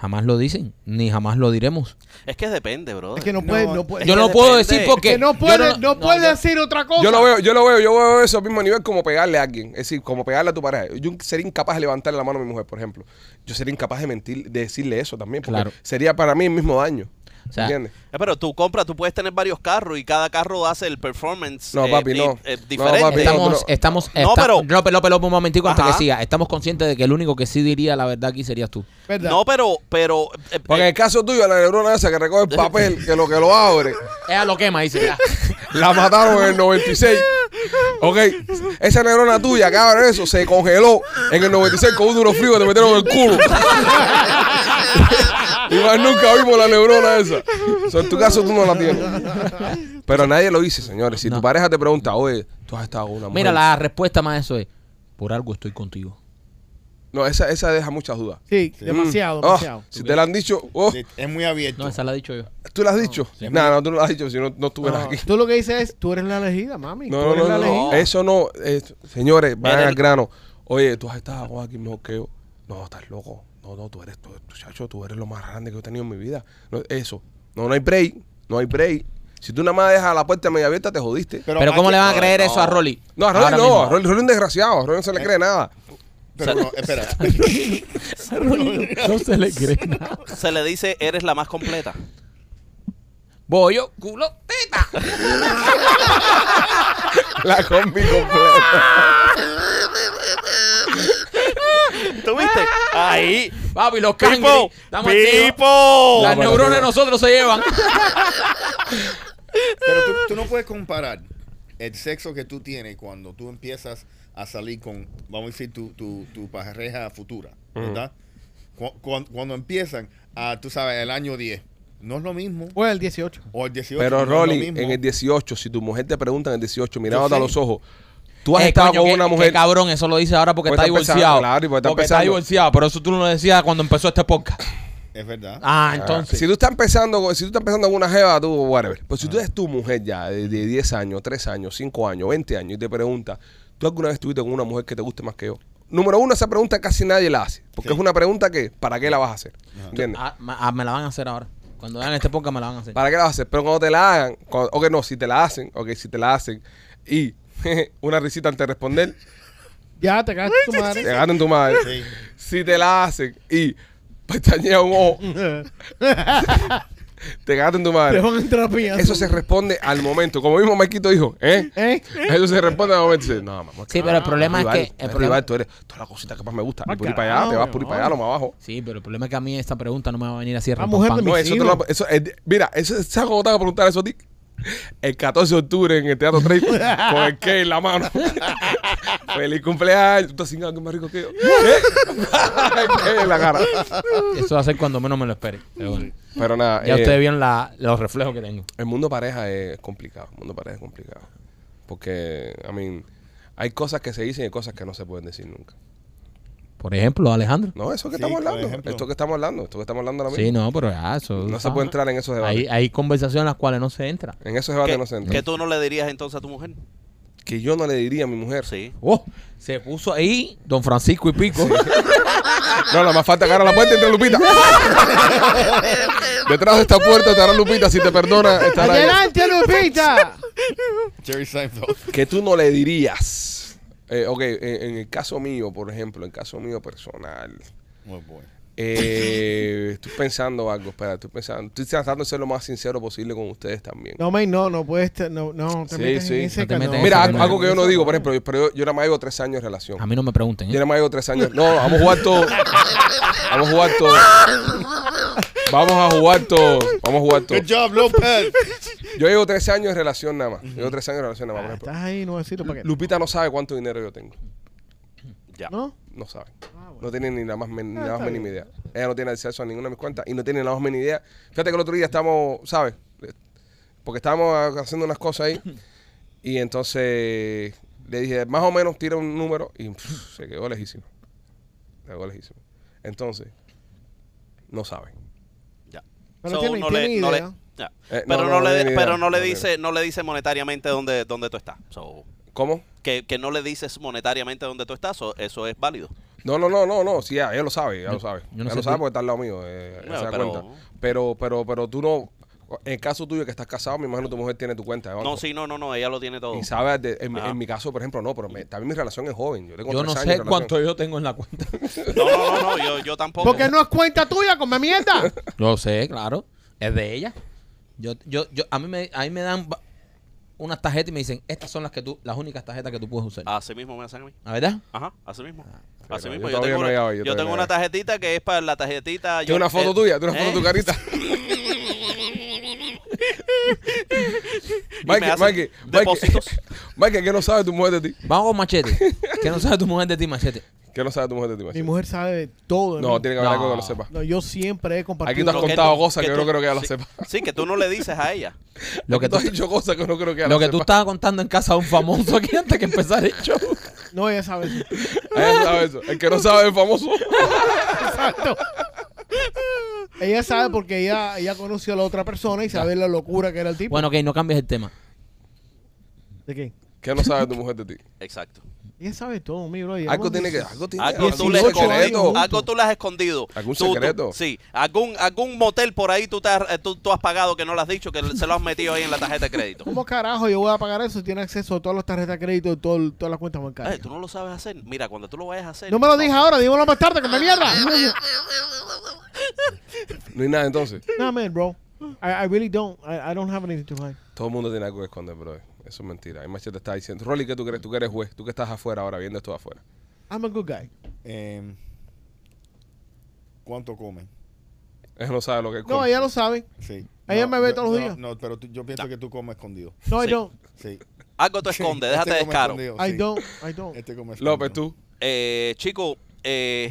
G: Jamás lo dicen, ni jamás lo diremos.
D: Es que depende, bro.
E: Es que no puede,
F: No,
E: no
A: Pues
E: puede.
G: Yo
D: que
G: no puedo
D: depende.
G: decir porque.
E: que no
G: yo
E: puede, no, puede
G: yo-
E: decir otra cosa.
A: Yo lo veo, yo lo veo, yo veo eso al mismo nivel como pegarle a alguien. Es decir, como pegarle a tu pareja. Yo sería incapaz de levantarle la mano a mi mujer, por ejemplo. Yo sería incapaz de mentir, de decirle eso también. Porque
G: Claro.
A: sería para mí el mismo daño.
G: O sea,
A: ¿Entiendes?
D: Eh, Pero tú compras, tú puedes tener varios carros y cada carro hace el performance
A: No,
D: eh,
A: papi, no.
D: di- eh,
A: No,
D: diferente.
A: papi, no.
G: Estamos,
A: pero-
G: estamos,
D: No,
G: esta-
D: pero-
G: no, pero, pero un momentico antes
D: Ajá.
G: que siga. Estamos conscientes de que el único que sí diría la verdad aquí serías tú.
E: ¿Verdad?
D: No, pero, pero eh,
A: Porque en el caso tuyo, la neurona esa que recoge
G: *laughs*
A: el papel, que lo que lo abre,
G: Ella lo quema, dice. ya.
A: la mataron en el 96. Ok, esa neurona tuya, cabrón, eso se congeló en el 96 con un duro frío que te metieron en el culo. y más nunca vimos la neurona esa. O sea, en tu caso tú no la tienes. Pero nadie lo dice, señores. Si
G: No.
A: tu pareja te pregunta, oye, tú has estado con una mujer.
G: Mira, la respuesta más a eso es: por algo estoy contigo.
A: No, esa, esa deja muchas dudas.
E: Sí,
F: Sí.
E: demasiado,
A: Oh,
E: demasiado.
A: si te la han dicho, oh,
F: Sí, Es muy abierto.
G: No, esa la he dicho yo.
A: ¿tú la has dicho? No, no, tú no la has dicho, si no, no estuvieras
E: No,
A: aquí.
E: Tú lo que dices es, tú eres la elegida, mami. tú
A: No,
E: eres
A: no,
E: la
A: no,
E: elegida.
A: no. Eso no. eh, señores, vayan
D: Era el-
A: al grano. Oye, tú has estado con alguien mejor que yo. No, estás loco. No, no, tú eres, tú, tú, chacho, tú eres lo más grande que yo he tenido en mi vida. No, eso. No, no hay break. No hay break. Si tú nada más dejas la puerta media abierta, te jodiste.
G: Pero, ¿cómo
F: aquí-
G: le van a
F: no,
G: creer
D: no.
G: eso a Rolly?
A: No, a Rolly
G: Ahora
A: no.
G: mismo.
A: A Rolly, Rolly es un desgraciado. A Rolly no se le cree nada.
F: Pero no,
G: *laughs*
F: espera.
G: No se le cree nada.
D: se le dice, eres la más completa.
G: Bollo, culo, teta.
A: La combi completa.
D: ¿Tú viste? Ahí.
G: Papi, los
D: Pipo.
G: cangri. Estamos activos.
D: Pipo.
G: Las
A: No,
G: neuronas
A: pero-
G: de nosotros se llevan.
F: Pero tú, tú no puedes comparar el sexo que tú tienes cuando tú empiezas a salir con, vamos a decir, tu, tu, tu pareja futura, ¿verdad? Cu- cuan- cuando empiezan, a, tú sabes, el año 10. No es lo mismo.
E: O el 18.
F: O el 18. no
A: Pero
F: es lo
A: Rolly,
F: mismo.
A: en el 18, si tu mujer te pregunta en el 18, mirándote
F: Yo
A: a
F: sé.
A: los ojos, *laughs* tú has
G: Eh,
A: estado
G: coño,
A: con
G: qué-
A: una
G: qué
A: mujer.
G: cabrón, eso lo dice ahora porque
A: Porque
G: está
A: está pensando,
G: divorciado.
A: claro, y porque
G: porque
A: está
G: está,
A: pensando.
G: divorciado. Pero eso tú no lo decías cuando empezó este podcast.
F: Es verdad.
G: Ah,
A: Ah,
G: entonces.
A: Si tú estás empezando, con- si tú estás empezando con una jeva, tú, whatever. Pues si tú eres tu mujer ya de, de 10 años, 3 años, 5 años, 20 años y te pregunta, ¿tú alguna vez estuviste con una mujer que te guste más que yo? Número uno, esa pregunta casi nadie la hace. Porque
F: Sí.
A: es una pregunta que, ¿para qué la vas a hacer? ¿Entiendes?
G: Ah, ma- ah, me la van a hacer ahora. Cuando vean este podcast me la van a hacer.
A: ¿Para qué la vas a hacer? Pero cuando te la hagan, cuando- ok, no, si te la hacen, ok, si te la hacen y *laughs* una risita antes de responder,
E: Ya te cagaste tu
A: te
E: madre.
A: ganan tu madre.
F: Sí.
A: Si te la hacen y pestañea un ojo, te ganan tu
E: Te
A: madre.
E: van a entrar a piñazo.
A: Eso se responde al momento. Como mismo Maquito dijo, ¿eh?
E: ¿Eh?
A: *laughs* Eso se responde al momento. Dice, no, mamá.
G: Sí, pero el problema es
A: rival,
G: que. El
A: rival,
G: problema,
A: tú eres toda la cosita que más me gusta. Y
E: Más
A: por ir para allá, te vas
E: carajo,
A: por ir
E: no.
A: para allá, lo más abajo.
G: sí, pero el problema es que a mí esta pregunta no me va a venir así de
E: Ah,
G: rom,
E: mujer
G: pam,
E: de
G: pam.
A: No,
E: Mis
A: eso te
E: hijos.
A: lo eso, eh, Mira, eso, ¿sabes cómo te van a preguntar eso a ti? El 14 de octubre en el Teatro Trey con el que en la mano. *laughs* Feliz cumpleaños. Tú estás sin algo más rico que yo. ¿Qué? en la cara.
G: Eso va a ser cuando menos me lo espere. Pero bueno.
A: Pero nada.
G: Ya
A: eh,
G: ustedes vieron la- los reflejos que tengo.
A: El mundo pareja es complicado. El mundo pareja es complicado. Porque, I mean, hay cosas que se dicen y cosas que no se pueden decir nunca.
G: Por ejemplo, Alejandro.
A: No, eso que
F: Sí,
A: estamos
F: por
A: hablando.
F: ejemplo.
A: Esto que estamos hablando, esto que estamos hablando ahora
G: Sí,
A: mismo.
G: no, pero ya, eso.
A: Ah, no se puede entrar en esos debates.
G: Hay, hay conversaciones en las cuales no se entra.
A: En esos debates
D: ¿Qué-
A: no se entra.
D: ¿Qué tú no le dirías entonces a tu mujer?
A: Que yo no le diría a mi mujer.
D: Sí.
G: Oh, se puso ahí Don Francisco y Pico.
A: No, la más falta que ahora la puerta entre
F: *laughs*
A: Lupita. Detrás de esta puerta estará Lupita, si te perdona, estará ahí.
E: ¡Adelante, Lupita!
F: Jerry Seinfeld. *laughs*
A: ¿Qué tú no le dirías? Eh, ok, en, en el caso mío, por ejemplo, en el caso mío personal,
F: Muy bueno.
A: eh, estoy pensando algo, espera, estoy pensando, estoy tratando de ser lo más sincero posible con ustedes también.
E: No, man, no, no puedes. te- No, no, te
A: Sí,
E: metes
A: sí.
E: en ese
G: No te
E: ca-
G: metes en
A: Mira,
G: eso
A: algo,
G: no.
A: algo que yo no digo, por ejemplo, pero yo nada más llevo tres años de relación.
G: A mí no me pregunten.
A: Yo
G: ¿eh?
A: nada más llevo tres años. No, vamos a jugar todo. Vamos a jugar todo. Vamos a jugar todo. Vamos a jugar todo.
F: Good job, López.
A: Yo llevo tres años de relación nada más. Llevo tres años de relación nada más.
E: Ah,
A: por ejemplo.
E: Estás ahí, no decirlo para qué.
A: Lupita no sabe cuánto dinero yo tengo.
D: Ya.
E: ¿No?
A: No sabe.
E: Ah, bueno.
A: No tiene ni la más, men- ni la más
E: está
A: mínima idea. Ella no tiene acceso a ninguna de mis cuentas y no tiene la más mínima idea. Fíjate que el otro día estamos, ¿sabes? Porque estábamos haciendo unas cosas ahí y entonces le dije, más o menos tira un número y pff, se quedó lejísimo. Se quedó lejísimo. Entonces, no sabe.
D: Ya.
E: Pero
D: So,
E: tiene-
D: no
E: tiene
D: le- no le-
E: idea.
D: ya.
A: Eh, no,
D: Pero
A: no,
D: no
A: no
D: le
A: tiene idea,
D: pero no le
A: no tiene.
D: dice no le dice monetariamente dónde dónde tú estás. So,
A: ¿Cómo?
D: que, que no le dices monetariamente dónde tú estás, so, eso es válido.
A: No, no, no, no, no, sí, ya, ella lo sabe, ella
G: Yo-
A: lo sabe.
G: yo no
A: ella
G: sé
A: lo sabe
G: tú-
A: porque está al lado mío, eh,
D: Bueno,
A: se da
D: pero-
A: cuenta. Pero, pero, pero tú no, en el caso tuyo que estás casado, me imagino tu mujer tiene tu cuenta ¿eh? de banco.
D: No, sí, no, no, no, ella lo tiene todo.
A: Y sabe, de- en, mi-
D: Ah.
A: en mi caso, por ejemplo, no, pero me- también mi relación es joven. Yo, tengo
G: Yo
A: tres
G: no
A: años
G: sé
A: de
G: cuánto
A: relación.
G: yo tengo en
A: *laughs*
G: la cuenta.
D: No, no, no, no, yo, yo tampoco.
E: Porque no es cuenta tuya, come
A: *laughs*
E: mierda.
G: Yo sé, claro. Es de ella. Yo, yo, yo, a mí me, a mí me dan ba- unas tarjetas y me dicen, estas son las que tú, las únicas tarjetas que tú puedes usar.
A: Ah.
D: Así mismo me hacen a mí.
G: ¿La verdad?
D: Ajá, así mismo.
A: pero
D: Así
A: yo
D: mismo. Yo,
A: todavía
D: tengo,
A: no
D: una,
A: he llegado ahí, yo
D: yo tengo
A: todavía
D: una
A: no he
D: tarjetita que es para la tarjetita.
A: Tiene una foto
D: eh,
A: tuya, tiene una foto
D: eh,
A: de tu carita. *laughs*
D: *laughs* y me
A: Mikey,
D: hacen
A: Mikey, Mikey,
D: depósitos.
A: Mikey, ¿qué no sabe tu mujer de ti?
G: Vamos
A: *laughs*
G: con machete. que no sabe tu mujer de ti, machete.
A: ¿Qué no sabe tu mujer de ti?
E: Mi
A: Machete?
E: mujer sabe de todo. de
A: Pues No,
E: mí.
A: tiene que haber algo que
G: No.
A: lo sepa.
E: No, yo siempre he compartido.
A: Aquí tú has
D: Lo
A: con- contado
D: tú-
A: cosas que yo no
D: tú-
A: creo que ella lo
D: sí,
A: sepa.
D: Sí, que tú no le dices a ella.
G: Lo que
A: tú
G: tú,
A: has dicho cosas que no creo que ella
G: lo
A: lo
G: que tú
A: sepa.
G: estabas contando en casa de un famoso aquí antes que
A: *laughs*
G: empezar el show.
E: No, ella sabe eso.
A: Ella sabe eso. El que no sabe es
G: *laughs*
A: famoso.
E: Exacto. Ella sabe porque ella, ella conoció a la otra persona y sabe la locura que era el tipo.
G: Bueno, ok, no cambies el tema.
E: ¿De qué?
A: ¿Qué no sabe tu mujer de ti?
D: Exacto.
E: Ella sabe todo, mi bro.
A: Algo tiene que. Algo tiene
D: Algo
A: algo
D: tú, le
E: 18
A: secreto.
E: años
D: escondido,
E: juntos.
D: algo tú le has escondido.
A: ¿Algún
D: Tú- tú-
A: secreto?
D: sí. Algún, algún motel por ahí tú, te has, eh, tú, tú has pagado que no lo has dicho, que se lo has metido ahí en la tarjeta
A: *laughs*
D: de crédito.
E: ¿Cómo carajo yo voy a pagar eso? Tiene acceso a todas las tarjetas de crédito, todo, el- todas las cuentas
D: Eh,
E: bancarias.
D: tú no lo sabes hacer. Mira, cuando tú lo vayas a hacer.
E: No me lo dije ahora, dímelo más tarde, que me mierda.
A: No hay nada entonces.
E: No, man, bro. I, I really don't. I, I don't have anything to hide.
A: Todo el mundo tiene algo que esconder, bro. Eso es mentira. El machete está diciendo. Rolly, ¿qué tú crees? Tú que eres juez. Tú que estás afuera ahora viendo esto de afuera.
E: I'm a good guy.
F: Em, ¿Cuánto comen?
A: Él no sabe lo que es.
E: No, ella lo sabe.
F: Sí.
E: Ella
F: No,
E: me ve
F: yo-
E: todos los
F: no,
E: días.
F: No, pero tú- yo pienso que tú comes escondido.
E: No, I
D: Sí.
E: don't.
F: Sí.
D: Algo tú escondes, déjate
F: Este come
D: descaro.
F: escondido,
E: I
F: sí.
E: don't. I don't.
F: Este come escondido.
A: López, tú.
D: Eh, chico, eh,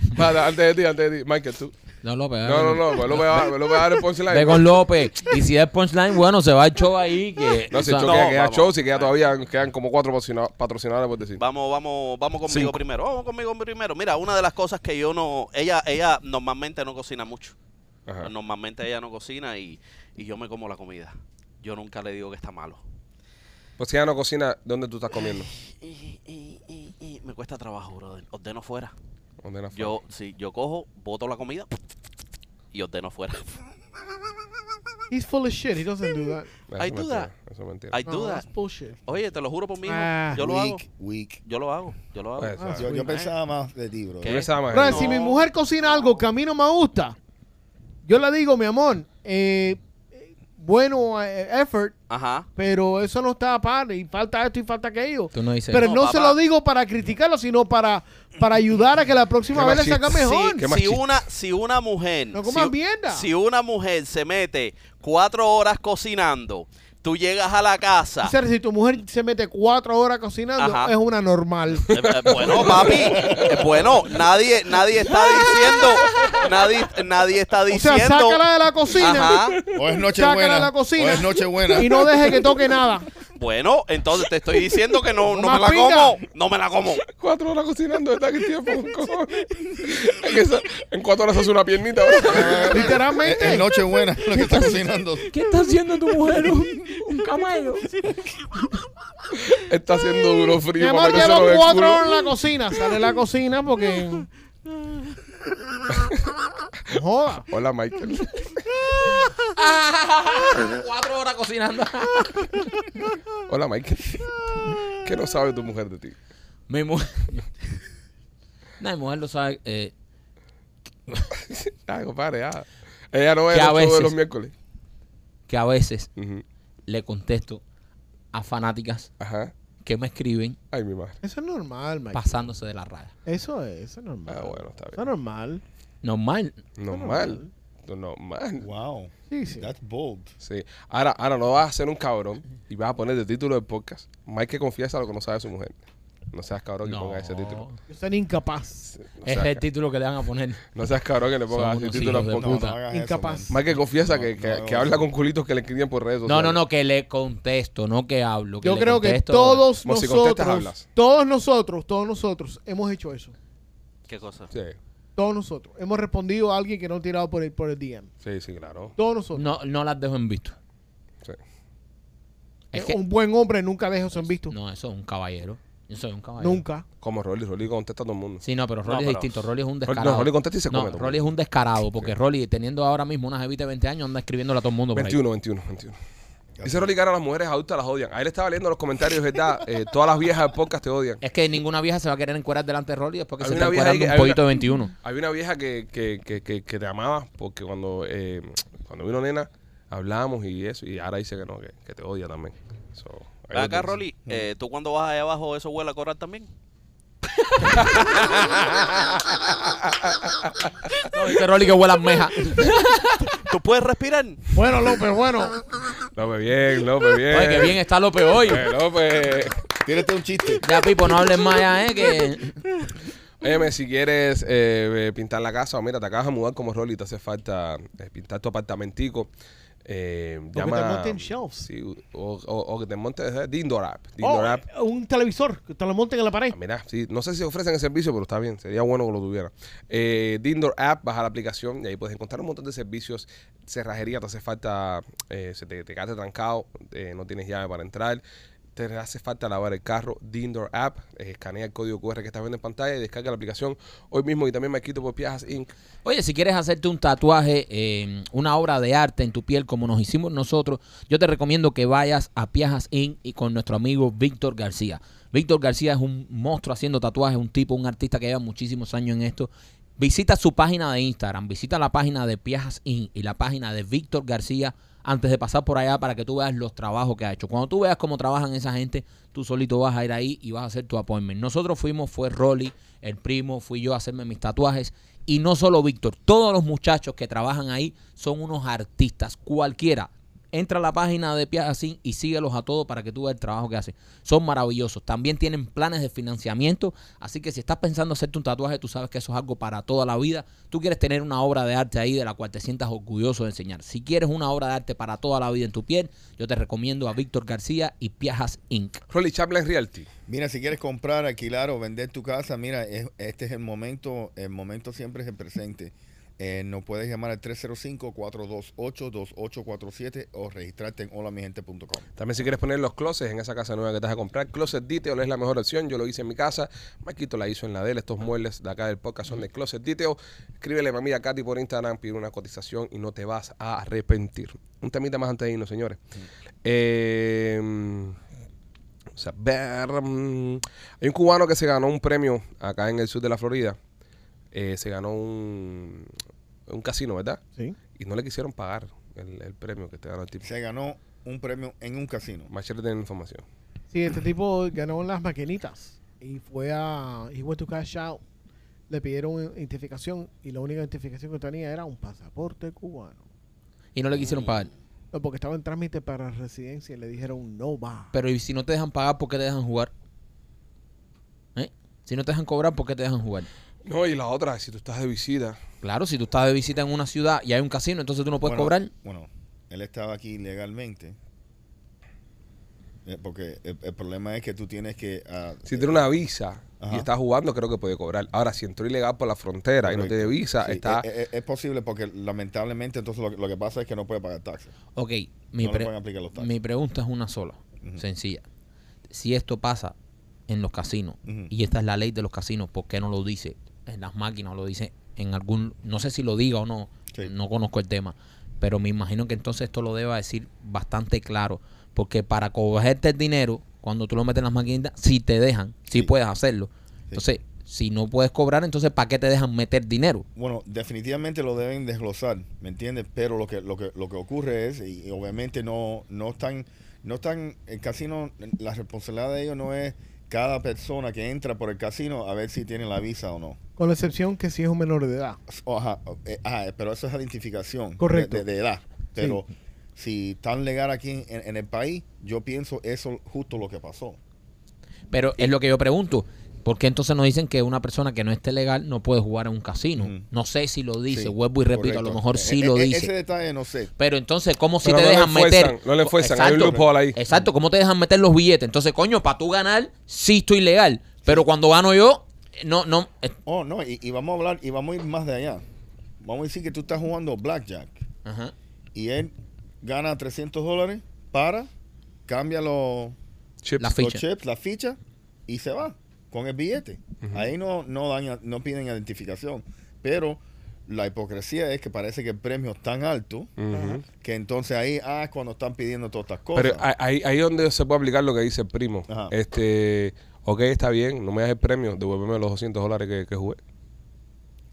D: *laughs*
A: Para, antes de ti, antes de ti. Michael, tú.
G: No, López. eh.
A: No, no, no. pues Me lo voy a, me lo voy a dar el punchline.
G: Ah. Ve con López. Y si es punchline, bueno, se va el show ahí. Que,
A: No,
G: o
A: si
G: sea,
A: esto queda,
D: No,
A: queda
D: vamos.
A: show, si queda todavía, quedan como cuatro patrocina- patrocinadores, por decir.
D: Vamos, vamos, vamos conmigo
A: Cinco.
D: primero. Vamos conmigo primero. Mira, una de las cosas que yo no, ella, ella normalmente no cocina mucho.
A: Ajá.
D: Normalmente ella no cocina y, y yo me como la comida. Yo nunca le digo que está malo.
A: Pues si ya no cocina, ¿dónde tú estás comiendo?
D: Y, y- y- y me cuesta trabajo, brother. Ordeno fuera.
A: ¿Dónde era
D: Yo, si yo cojo, boto la comida y ordeno fuera.
E: He's full of shit. He doesn't do that.
A: Eso es
D: hay
A: mentira,
D: duda.
A: Eso es mentira.
D: Hay
E: No,
D: duda.
E: that's bullshit.
D: Oye, te lo juro por mí. hijo.
E: Ah.
D: yo lo hago.
F: Weak, weak.
D: Yo lo hago. Yo lo hago.
A: Pues,
E: Ah,
F: Yo,
E: sí.
F: yo pensaba más de ti,
A: ¿Tú
F: bro.
D: ¿Qué?
A: pensabas más en
E: Bro,
A: eso?
E: si mi mujer cocina algo que a mí no me gusta, yo le digo, mi amor, eh, eh, bueno, eh, effort,
D: Ajá.
E: pero eso no está a par y falta esto y falta aquello.
G: Tú no dices.
E: Pero
D: No,
E: no, se
D: papá.
E: lo digo para criticarlo, sino para, para ayudar a que la próxima
A: Qué
E: vez le
A: machista.
E: salga mejor.
D: Si-
A: Qué
D: si,
A: machista.
D: una, si una mujer.
E: No
D: si
E: comas
D: u-
E: mierda.
D: Si una mujer se mete cuatro horas cocinando, tú llegas a la casa.
E: César, si tu mujer se mete cuatro horas cocinando,
D: Ajá.
E: es una
D: *laughs*
E: normal.
D: Eh, eh, bueno, papi, eh, bueno, nadie, nadie está diciendo, nadie, nadie está
E: O sea,
D: diciendo.
E: sácala de la cocina
D: Ajá.
F: Hoy es noche
E: Sácala
F: buena.
E: de la cocina. *laughs*
F: *laughs* Hoy es noche buena.
E: y no deje que toque nada.
D: Bueno, entonces te estoy diciendo que no, no me
E: Más
D: la
E: pinga.
D: como. No me la como.
A: Cuatro horas cocinando, ¿verdad? ¿Qué tiempo? cojones? en, esa- en cuatro horas hace una piernita. ¿verdad?
E: Literalmente.
F: Es Nochebuena lo que está cocinando.
G: ¿Qué está haciendo tu mujer? Un, un camello.
A: Está haciendo duro
E: Mi
A: frío. para
E: amor,
A: metérselo en
E: llevo
A: el
E: cuatro
A: culo.
E: horas en la cocina. Sale de la cocina
D: *laughs*
E: porque. No Joda.
A: Hola, Michael. *laughs*
G: Cuatro horas cocinando.
A: Hola, Michael. ¿Qué no sabe tu mujer de ti? *laughs*
G: Mi mujer. No, mi mujer lo sabe. eh,
A: Ah, compadre, ya. Ella no es
G: Que a
A: el show de
G: veces-
A: los miércoles.
G: que a veces
A: Ujú.
G: le contesto a fanáticas
A: Ajá.
G: que me escriben
A: Ay, mi madre.
E: Eso es normal, Mike.
G: pasándose de la raya.
E: Eso es, eso es normal.
A: Ah, bueno, está
E: Eso es
A: bien.
E: normal.
G: Normal.
A: Normal. Normal.
F: Wow.
E: Sí, sí.
F: That's bold.
A: Sí. Ahora, ahora no vas a ser un cabrón y vas a poner de título del podcast. Mike confiesa lo que no sabe su mujer. No seas cabrón que
G: No.
A: ponga ese título.
E: Yo soy incapaz.
A: No
G: es
A: seas
G: el
A: ca-
G: título que le van a poner.
A: No seas cabrón que le pongas
G: Son
A: ese
G: unos
A: título al
G: hijos de
A: podcast.
F: No, no
G: Puta.
F: hagas eso,
E: Incapaz.
F: man.
A: Mike confiesa
F: No,
A: que, que-
F: no,
A: que
F: no.
A: habla con culitos que le escribían por redes
G: No,
A: sociales.
G: no, no, que le contesto, no que hablo.
E: Yo
G: le
E: creo que
G: contesto.
E: todos
A: Como si contestas,
E: nosotros,
A: hablas.
E: todos nosotros, todos nosotros hemos hecho eso.
D: ¿Qué cosa?
A: Sí,
E: Todos nosotros. Hemos respondido a alguien que no ha tirado por el, por el DM.
A: sí, sí, claro.
E: Todos nosotros.
G: No, no las dejo en visto.
A: Sí.
G: Es
E: Eh,
G: que-
E: un buen hombre nunca deja eso en visto.
G: No, eso es un caballero. Yo soy un caballero.
E: nunca.
A: Como Rolly, Rolly contesta a todo el mundo.
G: Sí, no, pero Rolly
D: No,
G: es
D: pero-
G: distinto. Rolly es un
A: no,
G: descarado.
A: Rolly contesta y se
G: No,
A: come todo.
G: Rolly es un descarado porque Rolly, teniendo ahora mismo una jevita de 20 años, anda escribiéndole a todo el mundo. por ahí.
A: 21, 21, 21. Dice Rolly que ahora las mujeres adultas las odian. Ahí le estaba leyendo los comentarios, ¿verdad? Eh, todas las viejas del podcast te odian.
G: Es que ninguna vieja se va a querer encuerar delante de Rolly después que
A: Hay
G: se
A: una
G: está
A: vieja ahí
G: encuerando
A: que-
G: un
A: hay
G: pollito
A: una-
G: de 21.
A: Había una vieja que, que, que, que, que te amaba porque cuando, eh, cuando vino nena hablábamos y eso, y ahora dice que no, que, que te odia también. So, ahí
D: Ven
A: lo
D: acá,
A: tienes.
D: Rolly, eh, ¿tú cuando vas allá abajo eso huele a coral también?
G: No, dice Rolly que huele a
A: *laughs*
G: meja.
D: ¿Tú puedes respirar?
E: Bueno, López, bueno.
A: López, bien, López, bien.
G: Oye, que bien está López hoy.
A: Eh, López.
F: Tírate un chiste.
G: Ya, Pipo, no hables más ya, ¿eh? Que...
A: Óyeme, si quieres eh, eh, pintar la casa, o mira, te acabas de mudar como Rolly, te hace falta eh, pintar tu apartamentico. Eh,
E: que
A: llama,
E: te monten shelves.
A: Sí, o, o- o que te montes eh, de Indoor App. de
E: Oh,
A: Indoor App.
E: un televisor que te lo monten en la pared.
A: Ah, Mira, sí, no sé si ofrecen el servicio, pero está bien, sería bueno que lo tuvieran. Eh, Dindor App, baja la aplicación y ahí puedes encontrar un montón de servicios. Cerrajería, te hace falta, eh, se te, te quedaste trancado, eh, no tienes llave para entrar. Te hace falta lavar el carro, Dindor App, eh, escanea el código QR que estás viendo en pantalla y descarga la aplicación hoy mismo y también me quito por Piajas Inc.
G: Oye, si quieres hacerte un tatuaje, eh, una obra de arte en tu piel como nos hicimos nosotros, yo te recomiendo que vayas a Piajas Inc. y con nuestro amigo Víctor García. Víctor García es un monstruo haciendo tatuajes, un tipo, un artista que lleva muchísimos años en esto. Visita su página de Instagram, visita la página de Piajas Inc. y la página de Víctor García antes de pasar por allá para que tú veas los trabajos que ha hecho. Cuando tú veas cómo trabajan esa gente, tú solito vas a ir ahí y vas a hacer tu appointment. Nosotros fuimos, fue Rolly, el primo, fui yo a hacerme mis tatuajes. Y no solo Víctor, todos los muchachos que trabajan ahí son unos artistas, cualquiera. Entra a la página de Piazin y síguelos a todos para que tú veas el trabajo que hacen. Son maravillosos. También tienen planes de financiamiento. Así que si estás pensando hacerte un tatuaje, tú sabes que eso es algo para toda la vida. Tú quieres tener una obra de arte ahí de la cual te sientas orgulloso de enseñar. Si quieres una obra de arte para toda la vida en tu piel, yo te recomiendo a Víctor García y Piajas Inc.
A: Rolly Chaplin Realty.
F: Mira, si quieres comprar, alquilar o vender tu casa, mira, es- este es el momento, el momento siempre es el presente. Eh, nos puedes llamar al 305-428-2847 o registrarte en holamigente.com.
A: También si quieres poner los closets en esa casa nueva que te vas a comprar, Closet Detail es la mejor opción. Yo lo hice en mi casa, Maquito la hizo en la de él. Estos muebles de acá del podcast son de Closet Detail. Escríbele mami a Katy por Instagram, pide una cotización y no te vas a arrepentir. Un temita más antes de irnos, señores. Eh, vamos a ver, mm, hay un cubano que se ganó un premio acá en el sur de la Florida. Eh, se ganó un, un casino, ¿verdad?
E: Sí.
A: Y no le quisieron pagar el, el premio que te ganó el tipo.
F: Se ganó un premio en un casino.
A: Machete tiene información.
E: Sí, este tipo ganó en las maquinitas y fue a. He went to cash out. Le pidieron identificación y la única identificación que tenía era un pasaporte cubano.
G: Y no le quisieron pagar.
E: No, porque estaba en trámite para residencia y le dijeron no va.
G: Pero ¿y si no te dejan pagar, ¿por qué te dejan jugar? ¿Eh? Si no te dejan cobrar, ¿por qué te dejan jugar?
A: No, y la otra, si tú estás de visita.
G: Claro, si tú estás de visita en una ciudad y hay un casino, entonces tú no puedes
F: Bueno,
G: cobrar.
F: Bueno, él estaba aquí legalmente Eh, Porque el, el problema es que tú tienes que... ah,
A: Si tiene una visa
F: Ajá.
A: y está jugando, creo que puede cobrar. Ahora, si entró ilegal por la frontera y no
F: correcto.
A: tiene visa,
F: Sí, eh,
A: está.
F: Es, es- es posible porque lamentablemente entonces lo, lo que pasa es que no puede pagar taxes.
G: Ok, mi,
F: No le
G: pre-
F: pueden aplicar los taxes.
G: mi pregunta es una sola, sencilla. Si esto pasa en los casinos
F: Ujú.
G: y esta es la ley de los casinos, ¿por qué no lo dice en las máquinas? Lo dice en algún, no sé si lo diga o no,
F: Sí.
G: no conozco el tema, pero me imagino que entonces esto lo deba decir bastante claro, porque para cogerte el dinero, cuando tú lo metes en las maquinitas, si te dejan, si
F: Sí.
G: puedes hacerlo. Entonces, si no puedes cobrar, entonces ¿para qué te dejan meter dinero?
F: Bueno, definitivamente lo deben desglosar, ¿me entiendes? Pero lo que lo que lo que ocurre es y, y obviamente no no están no están el casino la responsabilidad de ellos no es cada persona que entra por el casino a ver si tiene la visa o no.
E: Con la excepción que si es un menor de edad.
F: O- Ajá, eh, ajá, pero eso es identificación
E: Correcto.
F: De, de- de edad. Pero si están legal aquí en, en el país, yo pienso eso justo lo que pasó.
G: Pero es lo que yo pregunto. ¿Por qué entonces nos dicen que una persona que no esté legal no puede jugar en un casino?
F: Ujú.
G: No sé si lo dice,
F: Sí,
G: vuelvo y repito, a lo
F: correcto.
G: mejor sí
F: E-
G: lo
F: e-
G: dice.
F: Ese detalle no sé.
G: Pero entonces, ¿cómo si
A: Pero
G: te
A: no le
G: dejan
A: fuerzan,
G: meter?
A: no le fuerzan, hay un loophole ahí.
G: Exacto, ¿cómo te dejan meter los billetes? Entonces, coño, para tú ganar, sí estoy legal. Pero cuando gano yo, no, no. eh,
F: Oh, no, y, y vamos a hablar y vamos a ir más de allá. Vamos a decir que tú estás jugando blackjack.
G: ajá.
F: y él gana 300 dólares para, cambia los,
A: Chips.
G: La
F: los
G: Ficha.
F: chips, la ficha y se va con el billete. Ahí no, no, daña- no piden identificación. Pero la hipocresía es que parece que el premio es tan alto
A: Ujú.
F: que entonces ahí ah, es cuando están pidiendo todas estas cosas.
A: Pero ahí- ahí, ahí es donde se puede aplicar lo que dice el primo.
F: Ajá.
A: Este, ok, está bien, no me das el premio, devuélveme los 200 dólares que, que jugué.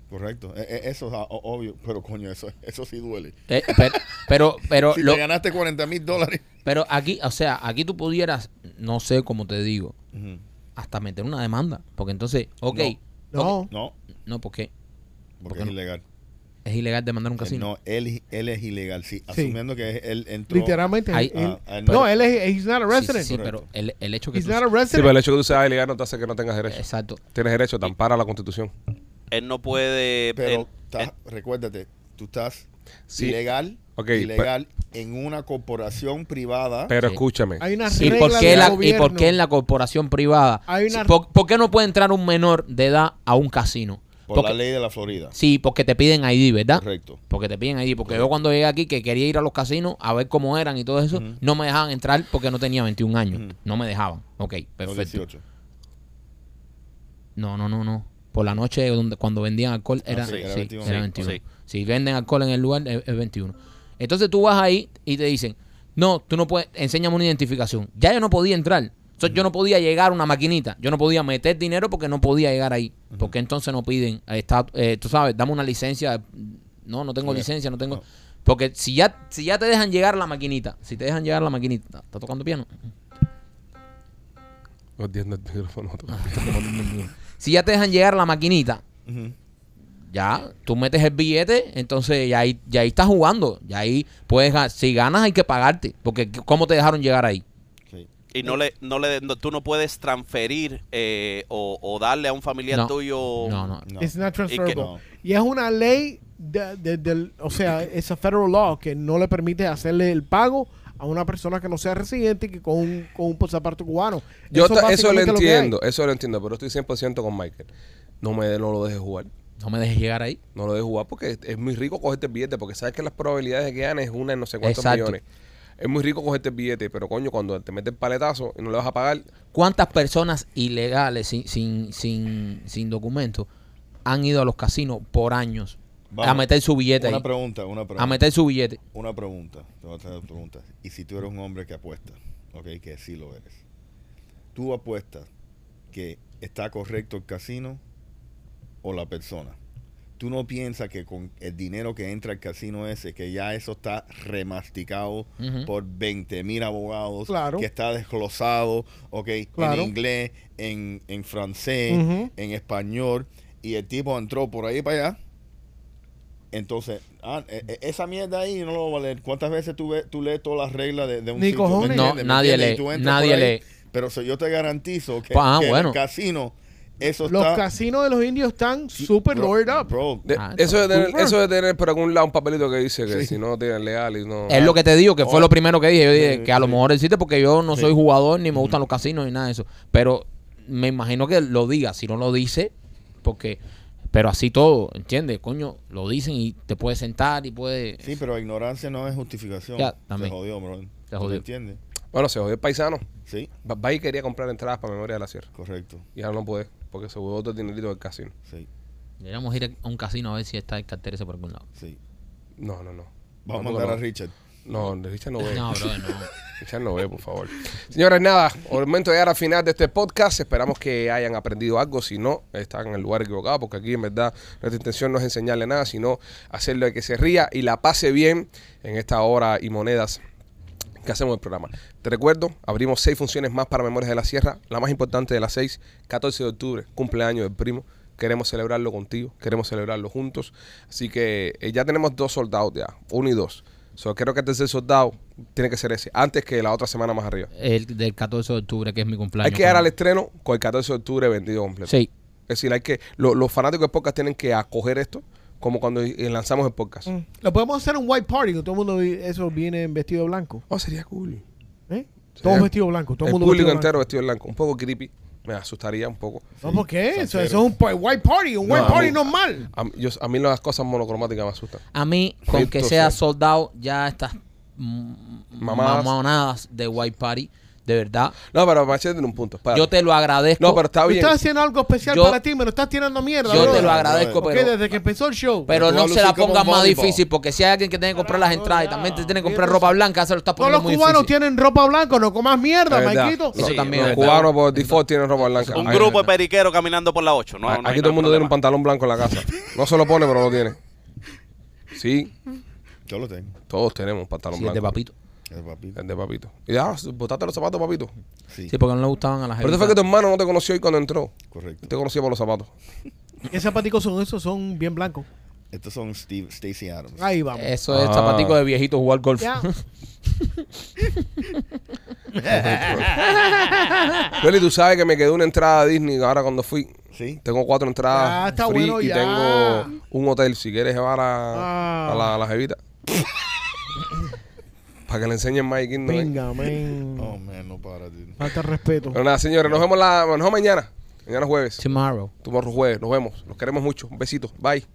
F: Correcto. E- e- eso es ah, o- obvio, pero coño, eso, eso sí duele.
G: Eh, pero, pero, pero
F: *laughs* si
G: lo-
F: te ganaste 40 mil dólares.
G: pero aquí, o sea, aquí tú pudieras, no sé cómo te digo,
F: Ujú.
G: hasta meter una demanda. Porque entonces, ok,
E: No.
F: No,
G: no, porque
F: porque
G: qué
F: es
G: no?
F: ilegal.
G: es ilegal demandar un casino.
F: No, él, él es ilegal, sí. Asumiendo que él entró.
E: Literalmente.
G: Ahí-
E: él-
F: Ah, ah, no.
E: no, él es he's not a
G: Sí,
E: resident.
G: Sí, sí, pero
F: Correcto.
G: el, el hecho que
E: He's
G: tú-
E: not a
A: Sí, pero el
E: resident.
A: hecho que tú seas ilegal no te hace que no tengas derecho.
G: Exacto.
A: Tienes derecho, te ampara la constitución.
D: Él no puede.
F: Pero
D: él-
F: estás- recuérdate, tú estás
A: Sí.
F: ilegal,
A: Ok,
F: ilegal en una corporación privada.
A: Pero
G: Sí.
A: escúchame.
E: Hay una
G: ¿Y
E: regla
G: por, qué
E: del
G: la, ¿Y
E: gobierno.
G: por qué en la corporación privada?
E: Hay una-
G: Sí, ¿Por, por qué no puede entrar un menor de edad a un casino?
F: por
G: Porque-
F: la ley de la Florida.
G: Sí, porque te piden ID,
A: Ah.
G: ¿verdad?
F: Correcto.
G: Porque te piden ID. Porque yo cuando llegué aquí, que quería ir a los casinos a ver cómo eran y todo eso, no me dejaban entrar porque no tenía 21 años.
F: Ujú.
G: No me dejaban. Ok,
F: No
G: perfecto.
F: 18.
G: No, no, no, no. Por la noche donde, cuando vendían alcohol era,
F: Ah, sí, era
G: sí,
F: 21.
G: era
F: Sí,
G: 21.
D: sí.
G: Si venden alcohol en el lugar es, es 21. Entonces tú vas ahí y te dicen, no, tú no puedes, enséñame una identificación. Ya yo no podía entrar. Entonces, yo no podía llegar a una maquinita. Yo no podía meter dinero porque no podía llegar ahí. Porque entonces no piden, eh, está, eh, tú sabes, dame una licencia. No, no tengo
F: Sí.
G: licencia, no tengo...
F: Eh, No.
G: Porque si ya, si ya te dejan llegar a la maquinita, si te dejan llegar a la maquinita, ¿está tocando piano?
A: Mordiendo el micrófono.
G: Si ya te dejan llegar a la maquinita,
F: Ujú.
G: Ya, tú metes el billete, entonces ya ahí, ya ahí estás jugando. Ya ahí puedes, ga- si ganas hay que pagarte, porque c- ¿cómo te dejaron llegar ahí?
F: Sí.
D: y
A: Eh,
D: no le, no le, no- tú no puedes transferir eh, o, o darle a un familiar
G: No.
D: tuyo.
G: No, no.
F: No.
E: It's not transferable.
F: no.
E: Y es una ley, de, de- del- o sea, es a federal law que no le permite hacerle el pago a una persona que no sea residente y que con un, con un pasaporte cubano.
A: Yo ta- eso, lo
E: básicamente es que hay.
A: entiendo, eso lo entiendo, pero estoy 100% con Michael. No me no lo dejes jugar.
G: No me dejes llegar ahí.
A: No lo dejes jugar porque es- es muy rico cogerte el billete, porque sabes que las probabilidades de que ganes es una en no sé cuántos
G: Exacto.
A: millones. Es muy rico cogerte el billete, pero coño, cuando te metes paletazo y no le vas a pagar,
G: ¿Cuántas personas ilegales sin, sin, sin, sin documento han ido a los casinos por años a
F: Vamos.
G: meter su billete
F: Una
G: ahí?
F: pregunta, una pregunta.
G: A meter su billete.
F: Una pregunta. Te voy a hacer una pregunta. Y si tú eres un hombre que apuesta, ok, que sí lo eres. ¿Tú apuestas que está correcto el casino o la persona? ¿Tú no piensas que con el dinero que entra al casino ese, que ya eso está remasticado
G: Ujú.
F: por 20 mil abogados,
E: Claro.
F: que está desglosado, ok,
E: Claro.
F: en inglés, en, en francés,
E: Ujú.
F: en español, y el tipo entró por ahí para allá, entonces, ah, e- e- esa mierda ahí no lo va a leer. ¿Cuántas veces tú, ve- tú lees todas las reglas de, de un
E: Ni
F: sitio? ¿me
E: cojones.
G: No,
F: entiendes? ¿Me
G: nadie
F: entiendes?
G: lee,
F: Y tú entras
G: nadie
F: por ahí,
G: lee.
F: Pero so- yo te garantizo que,
G: Ah,
F: que en
G: bueno.
F: el casino Eso
E: Los
F: está.
E: casinos de los indios están super
F: Bro,
E: loaded up.
F: Bro,
A: De-
G: Ah,
A: eso, de tener,
E: Cooper.
A: eso de tener por algún lado un papelito que dice que si no tienen leal y no.
G: Es lo que te digo, que fue lo primero que dije. Yo
F: Sí,
G: dije que a lo
F: sí.
G: mejor existe porque yo no soy jugador ni me gustan los casinos ni nada de eso. Pero me imagino que lo diga. Si no lo dice, porque. Pero así todo, ¿entiendes? Coño, lo dicen y te puedes sentar y puedes.
F: sí, pero ignorancia no es justificación.
G: Ya,
F: Se
G: también.
F: jodió, bro. ¿Tú
G: jodió.
F: me entiendes?
A: Bueno, se jodió el paisano.
F: Sí,
A: Va- Va y quería comprar entradas para Memoria de la Sierra.
F: correcto.
A: Y ahora no puede, porque se jugó otro dinerito del casino.
F: Sí,
G: Deberíamos ir a un casino a ver si está el cartel ese por algún lado.
F: sí.
A: No, no, no.
F: Vamos a
A: Tampoco
F: mandar a
A: no.
F: Richard.
A: No, Richard no ve.
G: No, bro, no.
A: Ya no ve, por favor. Señores, nada, momento de llegar al final de este podcast. Esperamos que hayan aprendido algo. Si no, están en el lugar equivocado, porque aquí en verdad nuestra intención no es enseñarle nada, sino hacerle que se ría y la pase bien en esta hora y monedas que hacemos el programa. Te recuerdo, abrimos seis funciones más para Memorias de la Sierra. La más importante de las seis, 14 de octubre, cumpleaños del primo. Queremos celebrarlo contigo, queremos celebrarlo juntos. Así que eh, ya tenemos dos soldados ya, uno y dos. So, creo que el tercer soldado tiene que ser ese, antes que la otra semana más arriba.
G: El del 14 de octubre, que es mi cumpleaños.
A: Hay que dar al estreno con el 14 de octubre vendido completo.
G: Sí.
A: Es decir, hay que, lo- los fanáticos de podcast tienen que acoger esto como cuando eh, lanzamos el podcast.
E: Mm. Lo podemos hacer en white party, que todo el mundo vi- eso viene en vestido blanco.
A: Oh, sería cool.
E: ¿eh?
A: Sí.
E: Todo vestido blanco, todo
A: el
E: mundo
A: público
E: vestido
A: entero vestido de blanco. Un poco creepy. Me asustaría un poco.
E: blanco. No, ¿por qué? Eso,
F: Salsero.
E: eso es un pa- white party, un
A: No,
E: white
A: a
E: party
A: mí-
E: normal.
A: A, yo- a mí las cosas monocromáticas me asustan.
G: A mí, con que
A: Entonces-
G: sea soldado, ya estas mm,
A: Mamadas.
G: mamonadas de White Party, de verdad.
A: No, pero machete en un punto. espérate.
G: Yo te lo agradezco.
A: no, pero está bien.
E: Estás haciendo algo especial
G: Yo-
E: para ti, me lo estás tirando mierda.
G: Yo
E: bro.
G: te lo agradezco,
E: Ok,
G: pero.
E: desde que empezó el show.
G: Pero
F: Tú
G: no
F: hablas
G: se la
F: así como
G: pongan
F: un
G: más
F: volleyball.
G: difícil, porque si hay alguien que tiene que comprar las entradas y también te tiene que comprar ropa blanca, se lo está
E: Todos
G: poniendo
E: los
G: muy
E: cubanos
G: difícil.
E: tienen ropa blanca, no comas mierda,
A: Es verdad.
E: Maikito.
A: No,
G: Eso también
A: no,
G: es
A: Los
G: verdad.
A: cubanos por default tienen ropa blanca.
D: Un
A: Ahí-
D: grupo de periqueros caminando por la 8. No,
A: a-
D: no hay
A: aquí todo el mundo tiene
D: nada
A: un pantalón blanco en la casa. No se lo pone, pero lo tiene. Sí,
F: Yo lo tengo.
A: todos tenemos un pantalón
G: Sí, es
A: blanco.
G: de papito.
F: El papi.
A: El de papito. Y ya, botaste los zapatos, papito.
F: Ah, Sí,
G: Sí, porque no le gustaban a la
A: Pero
G: gente.
A: te fue que tu hermano no te conoció y cuando entró.
F: correcto.
A: Te conocía por los
G: *laughs*
A: zapatos.
E: ¿Qué zapaticos son esos? Son bien blancos.
F: Estos son Steve, Stacy Adams.
E: Ahí vamos.
G: Eso es
A: Ah.
G: zapatico de viejito jugar golf.
A: *laughs*
E: Ya.
A: Leli, tú sabes que me quedó una entrada a Disney ahora cuando fui.
F: Sí.
A: Tengo cuatro entradas
E: Ah, está
A: free
E: bueno
A: y
E: ya.
A: tengo un hotel. Si quieres llevar a,
E: Ah.
A: a la, a la jevita. *laughs* Para que le enseñen Magic Kingdom. ¿eh?
E: Venga, men.
F: Oh, man, no para, dude.
E: Falta respeto.
A: Pero nada, señores, nos vemos, la, nos vemos mañana. Mañana jueves.
G: Tomorrow.
A: Tomorrow jueves. Nos vemos. Los queremos mucho. Un besito. Bye.